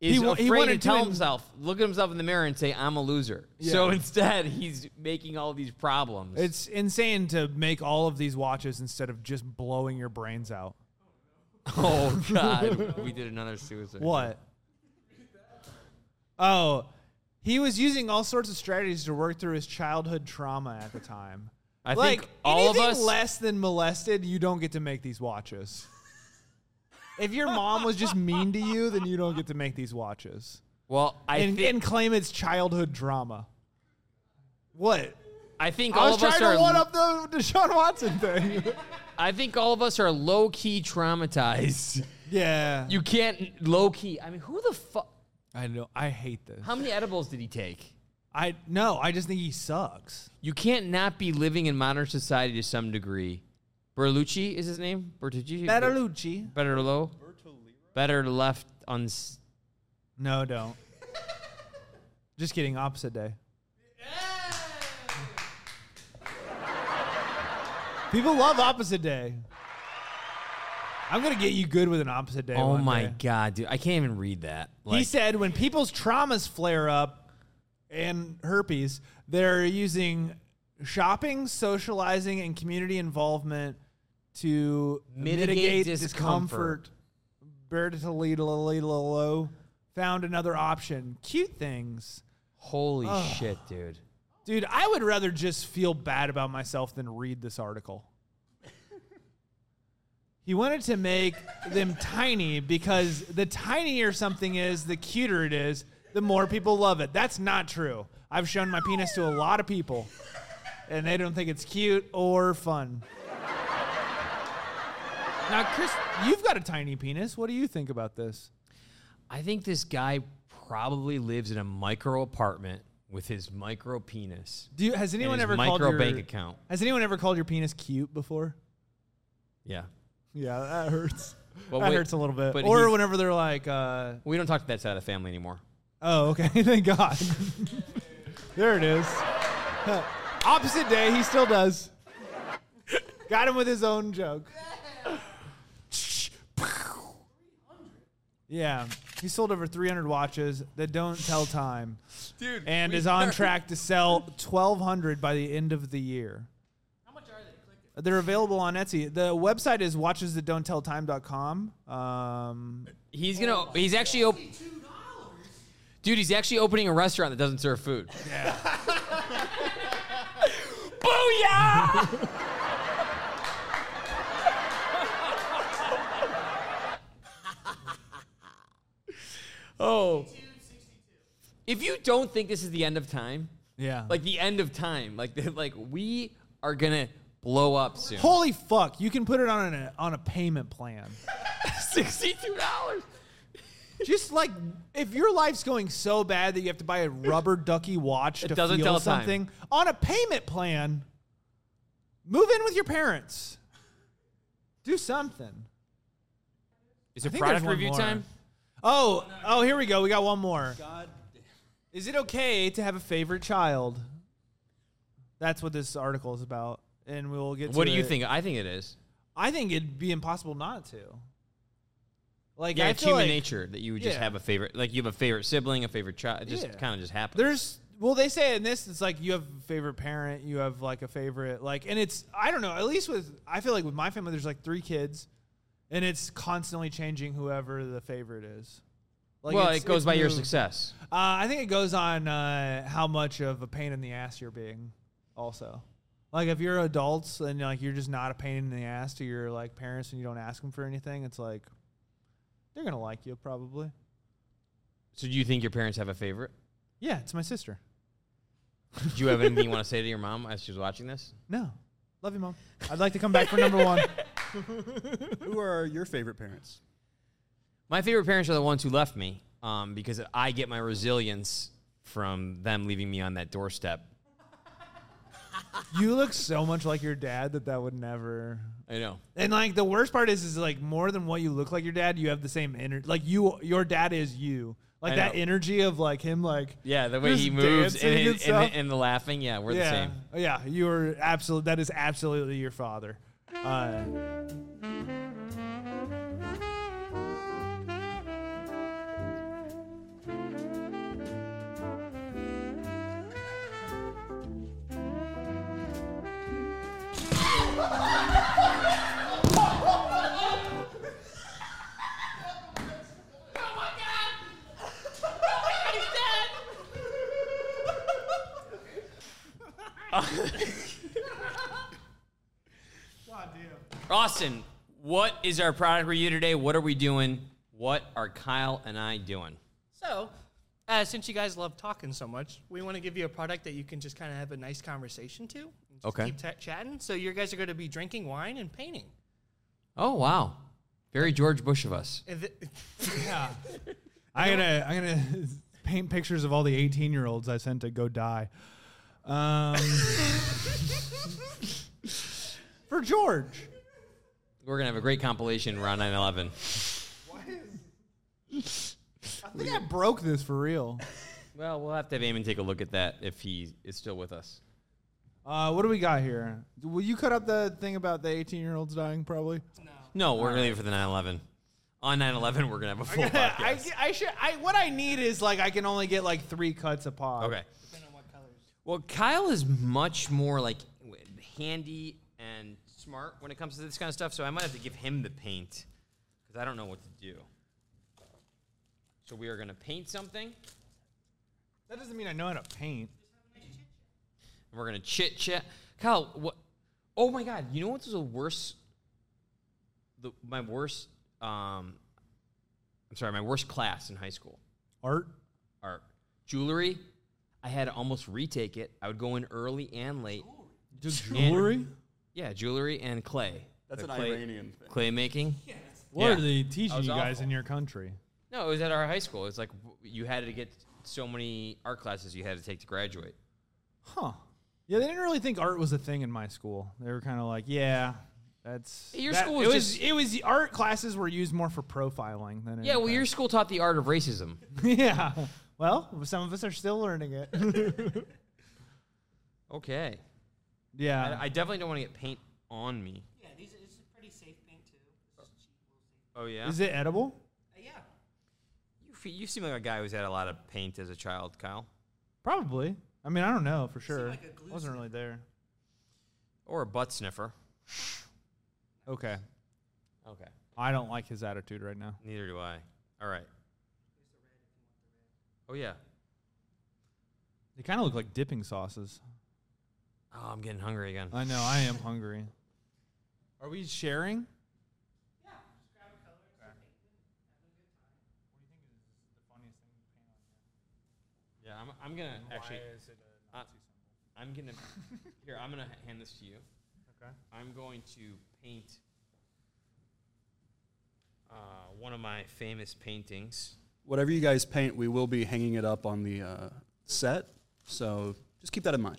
[SPEAKER 1] is
[SPEAKER 2] He wa- he
[SPEAKER 1] afraid
[SPEAKER 2] wanted
[SPEAKER 1] to
[SPEAKER 2] to
[SPEAKER 1] tell
[SPEAKER 2] in-
[SPEAKER 1] himself, look at himself in the mirror and say, I'm a loser. So
[SPEAKER 2] Yeah.
[SPEAKER 1] instead, he's making all these problems.
[SPEAKER 2] it's insane to make all of these watches instead of just blowing your brains out.
[SPEAKER 1] oh, God. we did another suicide.
[SPEAKER 2] What? Oh, he was using all sorts of strategies to work through his childhood trauma at the time.
[SPEAKER 1] I
[SPEAKER 2] like
[SPEAKER 1] think all of
[SPEAKER 2] anything
[SPEAKER 1] us.
[SPEAKER 2] less than molested, you don't get to make these watches. if your mom was just mean to you, then you don't get to make these watches.
[SPEAKER 1] Well, I
[SPEAKER 2] and,
[SPEAKER 1] think
[SPEAKER 2] and claim it's childhood drama. What?
[SPEAKER 1] I think
[SPEAKER 2] I
[SPEAKER 1] all
[SPEAKER 2] was
[SPEAKER 1] of us
[SPEAKER 2] trying
[SPEAKER 1] are.
[SPEAKER 2] to one up the Deshaun Watson thing.
[SPEAKER 1] I think all of us are low key traumatized.
[SPEAKER 2] yeah.
[SPEAKER 1] You can't low key. I mean, who the fuck?
[SPEAKER 2] I know. I hate this.
[SPEAKER 1] How many edibles did he take?
[SPEAKER 2] I no. I just think he sucks.
[SPEAKER 1] You can't not be living in modern society to some degree. Bertolucci is his name. Bertolucci.
[SPEAKER 2] Bertolucci.
[SPEAKER 1] Better low. Better left on.
[SPEAKER 2] No, don't. just kidding. Opposite day. People love opposite day. I'm gonna get you good with an opposite day.
[SPEAKER 1] Oh
[SPEAKER 2] one
[SPEAKER 1] my
[SPEAKER 2] day.
[SPEAKER 1] god, dude! I can't even read that.
[SPEAKER 2] he
[SPEAKER 1] Like,
[SPEAKER 2] said when people's traumas flare up and herpes, they're using shopping, socializing, and community involvement to
[SPEAKER 1] Mitigate
[SPEAKER 2] mitigate,
[SPEAKER 1] discomfort.
[SPEAKER 2] discomfort. Bertolillo found another option. Cute things.
[SPEAKER 1] holy shit, dude.
[SPEAKER 2] Dude, I would rather just feel bad about myself than read this article. he wanted to make them tiny because the tinier something is, the cuter it is, the more people love it. That's not true. I've shown my penis to a lot of people, and they don't think it's cute or fun. now, Chris, you've got a tiny penis. What do you think about this?
[SPEAKER 1] I think this guy probably lives in a micro apartment with his micro penis.
[SPEAKER 2] Do you, has anyone
[SPEAKER 1] his
[SPEAKER 2] ever called
[SPEAKER 1] micro
[SPEAKER 2] your
[SPEAKER 1] bank account.
[SPEAKER 2] Has anyone ever called your penis cute before?
[SPEAKER 1] Yeah.
[SPEAKER 2] Yeah, that hurts.
[SPEAKER 1] But
[SPEAKER 2] that
[SPEAKER 1] wait-
[SPEAKER 2] hurts a little bit.
[SPEAKER 1] but
[SPEAKER 2] Or
[SPEAKER 1] he's-
[SPEAKER 2] whenever they're like, uh,
[SPEAKER 1] We don't talk to that side of the family anymore.
[SPEAKER 2] oh, okay, thank God. there it is. Opposite day, he still does. Got him with his own joke. Yeah, he sold over 300 watches that don't tell time,
[SPEAKER 1] Dude.
[SPEAKER 2] and is on track to sell 1,200 by the end of the year.
[SPEAKER 4] How much are they?
[SPEAKER 2] They're available on Etsy. The website is watchesthatdon'ttelltime.com. Um,
[SPEAKER 1] He's going to he's actually op- Dude, he's actually opening a restaurant that doesn't serve food. Yeah. Booyah! oh. If you don't think this is the end of time,
[SPEAKER 2] yeah.
[SPEAKER 1] like the end of time. Like the, like we are gonna blow up soon.
[SPEAKER 2] Holy fuck! You can put it on a on a payment plan.
[SPEAKER 1] sixty two dollars.
[SPEAKER 2] Just like if your life's going so bad that you have to buy a rubber ducky watch to
[SPEAKER 1] doesn't
[SPEAKER 2] feel
[SPEAKER 1] tell time.
[SPEAKER 2] something on a payment plan, move in with your parents. Do something.
[SPEAKER 1] Is it
[SPEAKER 2] think there's
[SPEAKER 1] product
[SPEAKER 2] one
[SPEAKER 1] review
[SPEAKER 2] more.
[SPEAKER 1] time?
[SPEAKER 2] Oh, oh, here we go. We got one more. Is it okay to have a favorite child? That's what this article is about, and we'll get.
[SPEAKER 1] What
[SPEAKER 2] to
[SPEAKER 1] do you
[SPEAKER 2] it.
[SPEAKER 1] think? I think it is.
[SPEAKER 2] I think it'd be impossible not to. Like,
[SPEAKER 1] Yeah,
[SPEAKER 2] I
[SPEAKER 1] it's
[SPEAKER 2] feel
[SPEAKER 1] human
[SPEAKER 2] like
[SPEAKER 1] nature that you would just
[SPEAKER 2] Yeah.
[SPEAKER 1] have a favorite, like you have a favorite sibling, a favorite child. It just
[SPEAKER 2] Yeah.
[SPEAKER 1] kind of just happens.
[SPEAKER 2] There's well, they say in this, it's like you have a favorite parent, you have like a favorite like, and it's I don't know. At least with I feel like with my family, there's like three kids, and it's constantly changing whoever the favorite is. Like
[SPEAKER 1] well,
[SPEAKER 2] it's-
[SPEAKER 1] it goes
[SPEAKER 2] it's
[SPEAKER 1] by your
[SPEAKER 2] moved.
[SPEAKER 1] success.
[SPEAKER 2] Uh, I think it goes on uh, how much of a pain in the ass you're being, also. Like if you're adults and like you're just not a pain in the ass to your like parents and you don't ask them for anything, it's like they're gonna like you probably.
[SPEAKER 1] So, do you think your parents have a favorite?
[SPEAKER 2] Yeah, it's my sister.
[SPEAKER 1] Do you have anything you want to say to your mom as she's watching this?
[SPEAKER 2] No. Love you, Mom. I'd like to come back for number one.
[SPEAKER 3] Who are your favorite parents?
[SPEAKER 1] My favorite parents are the ones who left me, um, because I get my resilience from them leaving me on that doorstep.
[SPEAKER 2] You look so much like your dad that that would never.
[SPEAKER 1] I know.
[SPEAKER 2] And like the worst part is, is like more than what you look like your dad, you have the same energy. Like you, your dad is you. Like
[SPEAKER 1] I
[SPEAKER 2] that
[SPEAKER 1] know.
[SPEAKER 2] energy of like him, like
[SPEAKER 1] Yeah, the way
[SPEAKER 2] just
[SPEAKER 1] he moves
[SPEAKER 2] dancing
[SPEAKER 1] and, and,
[SPEAKER 2] and
[SPEAKER 1] and,
[SPEAKER 2] stuff.
[SPEAKER 1] the laughing. Yeah, we're the
[SPEAKER 2] yeah,
[SPEAKER 1] same.
[SPEAKER 2] yeah. You are absolute. That is absolutely your father. Uh,
[SPEAKER 4] Oh God damn.
[SPEAKER 1] Austin, what is our product review today? What are we doing? What are Kyle and I doing?
[SPEAKER 4] So, uh, since you guys love talking so much, we want to give you a product that you can just kind of have a nice conversation to. and just
[SPEAKER 1] Okay.
[SPEAKER 4] Keep ta chatting. So you guys are going to be drinking wine and painting.
[SPEAKER 1] Oh wow, very George Bush of us.
[SPEAKER 4] And th-
[SPEAKER 2] I'm gonna I'm gonna paint pictures of all the 18 year olds I sent to go die. Um, for George.
[SPEAKER 1] We're gonna have a great compilation around 9/11.
[SPEAKER 2] I think I broke this for real.
[SPEAKER 1] Well, we'll have to have Eamon take a look at that if he is still with us.
[SPEAKER 2] Uh, what do we got here? Will you cut out the thing about the 18 year olds dying? Probably.
[SPEAKER 1] No, we're gonna leave it for the 9/11. On 9/11, we're gonna have a full
[SPEAKER 2] I,
[SPEAKER 1] podcast.
[SPEAKER 2] I should. I what I need is like I can only get like three cuts a pod.
[SPEAKER 1] Okay. Well, Kyle is much more like w- handy and smart when it comes to this kind of stuff, so I might have to give him the paint because I don't know what to do. So we are gonna paint something.
[SPEAKER 2] That doesn't mean I know how to paint.
[SPEAKER 1] and we're gonna chit chat. Kyle, what? Oh my God! You know what's the worst? The my worst. Um, I'm sorry, my worst class in high school,
[SPEAKER 2] Art.
[SPEAKER 1] art, jewelry. I had to almost retake it. I would go in early and late.
[SPEAKER 2] Just
[SPEAKER 1] And- yeah, jewelry and clay.
[SPEAKER 3] That's
[SPEAKER 1] The
[SPEAKER 3] an
[SPEAKER 1] clay,
[SPEAKER 3] Iranian thing.
[SPEAKER 1] clay making.
[SPEAKER 2] What
[SPEAKER 1] Yeah.
[SPEAKER 2] are they teaching
[SPEAKER 1] was
[SPEAKER 2] you guys
[SPEAKER 1] awful.
[SPEAKER 2] in your country?
[SPEAKER 1] No, it was at our high school. It's like w- you had to get so many art classes you had to take to graduate.
[SPEAKER 2] Huh? Yeah, they didn't really think art was a thing in my school. They were kind of like, yeah, that's
[SPEAKER 1] Your
[SPEAKER 2] that-
[SPEAKER 1] school
[SPEAKER 2] It
[SPEAKER 1] was
[SPEAKER 2] was
[SPEAKER 1] just-
[SPEAKER 2] it was the art classes were used more for profiling than
[SPEAKER 1] Yeah, well,
[SPEAKER 2] anything.
[SPEAKER 1] your school taught the art of racism.
[SPEAKER 2] yeah. Well, some of us are still learning it.
[SPEAKER 1] Okay.
[SPEAKER 2] yeah,
[SPEAKER 1] I, I definitely don't want to get paint on me.
[SPEAKER 5] Yeah, these are, this is pretty safe paint too. This is cheap, little safe.
[SPEAKER 1] Oh yeah.
[SPEAKER 2] is it edible?
[SPEAKER 5] Uh, yeah.
[SPEAKER 1] You, fe- you seem like a guy who's had a lot of paint as a child, Kyle,
[SPEAKER 2] Probably. I mean, I don't know for sure.
[SPEAKER 5] like a glue
[SPEAKER 2] I wasn't really there.
[SPEAKER 1] or a butt sniffer.
[SPEAKER 2] Okay.
[SPEAKER 1] Okay.
[SPEAKER 2] I don't like his attitude right now.
[SPEAKER 1] Neither do I. All right. Oh yeah.
[SPEAKER 2] They kind of look like dipping sauces.
[SPEAKER 1] Oh, I'm getting hungry again.
[SPEAKER 2] I know. I am hungry. Are we sharing?
[SPEAKER 1] yeah, I'm, I'm gonna actually. uh, I'm gonna. here, I'm gonna hand this to you.
[SPEAKER 2] Okay.
[SPEAKER 1] I'm going to paint uh, one of my famous paintings.
[SPEAKER 3] Whatever you guys paint, we will be hanging it up on the uh, set. So just keep that in mind.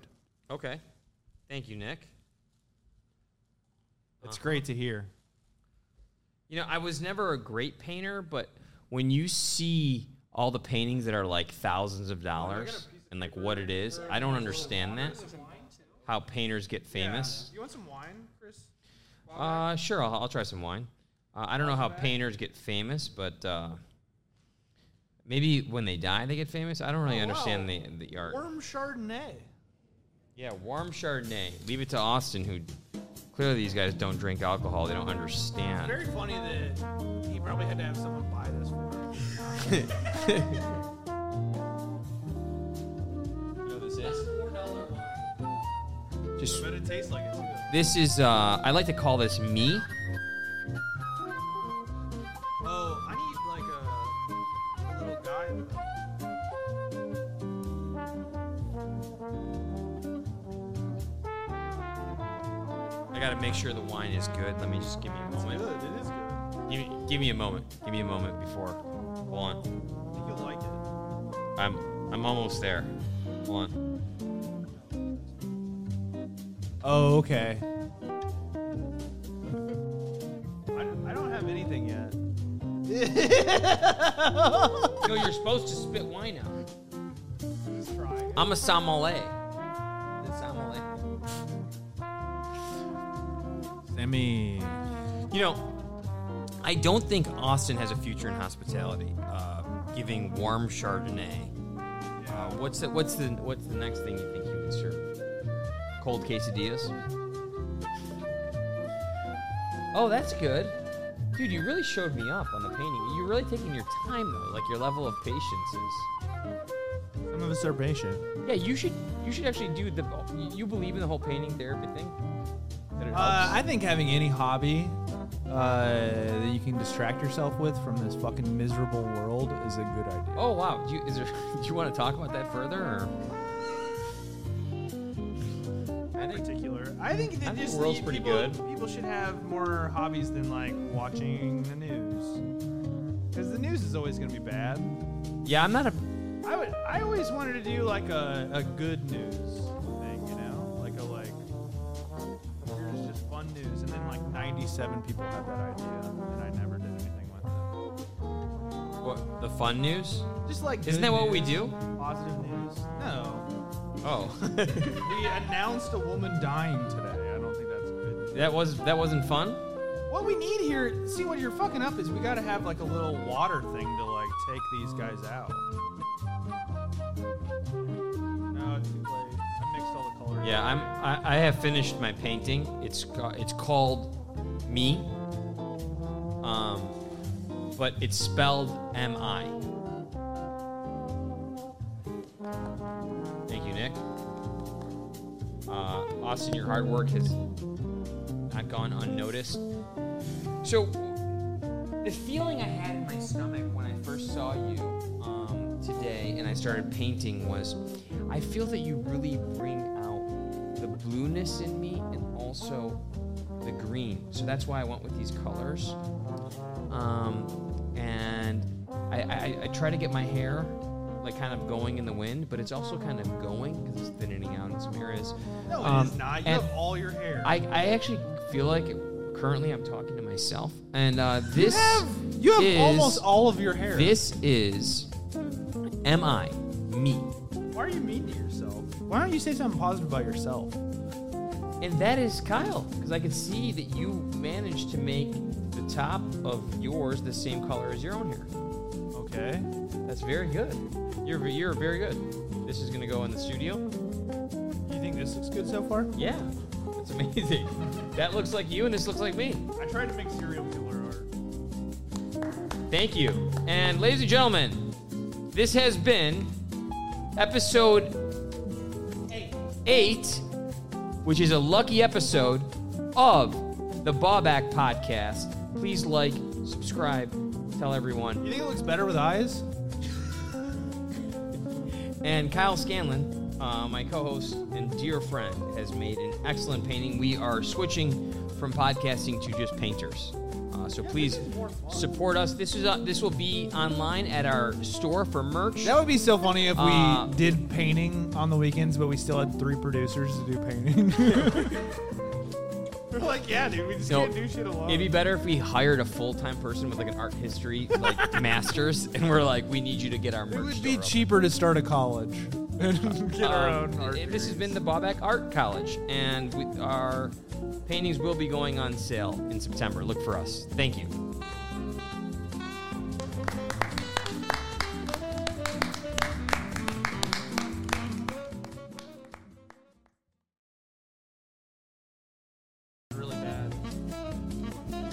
[SPEAKER 1] Okay. Thank you, Nick.
[SPEAKER 2] It's
[SPEAKER 5] Uh-huh.
[SPEAKER 2] great to hear.
[SPEAKER 1] You know, I was never a great painter, but when you see all the paintings that are like thousands of dollars and like what it is, I don't understand that. How painters get famous.
[SPEAKER 2] You want some wine, Chris?
[SPEAKER 1] Uh, sure, I'll, I'll try some wine. Uh, I don't know how painters get famous, but uh, maybe when they die, they get famous. I don't really understand the, the art.
[SPEAKER 2] Worm Chardonnay.
[SPEAKER 1] Yeah, warm Chardonnay. Leave it to Austin, who clearly these guys don't drink alcohol. They don't understand.
[SPEAKER 2] Very funny that he probably had to have someone buy this for him.
[SPEAKER 1] You know what this is? Just
[SPEAKER 2] But it tastes like it's good.
[SPEAKER 1] This is, uh, I like to call this me.
[SPEAKER 2] Oh, I need like a little guy.
[SPEAKER 1] I gotta make sure the wine is good. Let me just give me a moment.
[SPEAKER 2] It is good.
[SPEAKER 1] Give me, give me a moment. Give me a moment before. Hold on.
[SPEAKER 2] I think you'll like it.
[SPEAKER 1] I'm, I'm almost there. Hold on.
[SPEAKER 2] Oh, okay. I, I don't have anything yet.
[SPEAKER 1] No, you're supposed to spit wine out.
[SPEAKER 2] Just trying.
[SPEAKER 1] I'm a sommelier. The sommelier.
[SPEAKER 2] Sammy.
[SPEAKER 1] You know, I don't think Austin has a future in hospitality. Uh, giving warm Chardonnay. Uh, what's the, what's the, what's the next thing you think you would serve? Cold quesadillas. Oh, that's good. Dude, you really showed me up on the painting. You're really taking your time though, like your level of patience is.
[SPEAKER 2] Some of us are patient.
[SPEAKER 1] Yeah, you should you should actually do the you believe in the whole painting therapy thing? That it helps?
[SPEAKER 2] Uh, I think having any hobby uh, that you can distract yourself with from this fucking miserable world is a good idea.
[SPEAKER 1] Oh wow! Do you, is there, do you want to talk about that further? Or?
[SPEAKER 2] in particular. I think that
[SPEAKER 1] I think
[SPEAKER 2] just
[SPEAKER 1] the world's
[SPEAKER 2] the
[SPEAKER 1] pretty
[SPEAKER 2] people,
[SPEAKER 1] good.
[SPEAKER 2] People should have more hobbies than like watching the news, because the news is always going to be bad.
[SPEAKER 1] Yeah, I'm not a.
[SPEAKER 2] I would. I always wanted to do like a, a good news thing, you know, like a like here's just fun news, and then like 97 people had that idea, and I never did anything with it.
[SPEAKER 1] What, the fun news?
[SPEAKER 2] Just like
[SPEAKER 1] Isn't
[SPEAKER 2] good
[SPEAKER 1] that what we
[SPEAKER 2] news,
[SPEAKER 1] do?
[SPEAKER 2] Positive news? No,
[SPEAKER 1] Oh,
[SPEAKER 2] we announced a woman dying today. I don't think that's good. News.
[SPEAKER 1] that was that wasn't fun.
[SPEAKER 2] What we need here, see what you're fucking up is we gotta have like a little water thing to like take these guys out. No, it's too late. I mixed all the colors.
[SPEAKER 1] Yeah, I'm. I, I have finished my painting. It's ca- it's called me. Um, but it's spelled M I. Thank you, Nick. Uh, Austin, your hard work has not gone unnoticed. So, the feeling I had in my stomach when I first saw you um, today and I started painting was I feel that you really bring out the blueness in me and also the green. So that's why I went with these colors. Um, and I, I, I try to get my hair like kind of going in the wind, but it's also kind of going because it's thinning out in some areas.
[SPEAKER 2] No, it
[SPEAKER 1] Um,
[SPEAKER 2] is not. You
[SPEAKER 1] and-
[SPEAKER 2] have all your hair.
[SPEAKER 1] I, I actually feel like currently I'm talking to myself, and uh, this
[SPEAKER 2] you have
[SPEAKER 1] is-
[SPEAKER 2] almost all of your hair.
[SPEAKER 1] This is am I me,
[SPEAKER 2] Why are you mean to yourself? Why don't you say something positive about yourself?
[SPEAKER 1] and that is Kyle because I can see that you managed to make the top of yours the same color as your own hair.
[SPEAKER 2] Okay.
[SPEAKER 1] That's very good. You're you're very good. This is gonna go in the studio.
[SPEAKER 2] You think this looks good so far?
[SPEAKER 1] Yeah, that's amazing. that looks like you, and this looks like me.
[SPEAKER 2] I tried to make serial killer art.
[SPEAKER 1] Thank you. And ladies and gentlemen, this has been episode eight, which is a lucky episode of the Bawback Podcast. Please like, subscribe, tell everyone.
[SPEAKER 2] You think it looks better with eyes?
[SPEAKER 1] And Kyle Scanlon, uh, my co host and dear friend, has made an excellent painting. We are switching from podcasting to just painters. Uh, so please support us. This is uh, this will be online at our store for merch.
[SPEAKER 2] That would be so funny if we
[SPEAKER 1] Uh,
[SPEAKER 2] did painting on the weekends, but we still had three producers to do painting. They're like, yeah, dude, we just
[SPEAKER 1] No,
[SPEAKER 2] can't do shit alone.
[SPEAKER 1] It'd be better if we hired a full time person with like an art history like masters, and we're like, we need you to get our merch.
[SPEAKER 2] it would be
[SPEAKER 1] store up."
[SPEAKER 2] cheaper to start a college and get our
[SPEAKER 1] Um,
[SPEAKER 2] own art.
[SPEAKER 1] This has been the Bobak Art College, and we, our paintings will be going on sale in September. Look for us. Thank you.
[SPEAKER 2] really bad.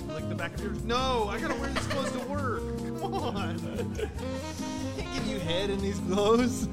[SPEAKER 2] Like the back of your no, I gotta wear these clothes to work. Come on, can't give you head in these clothes.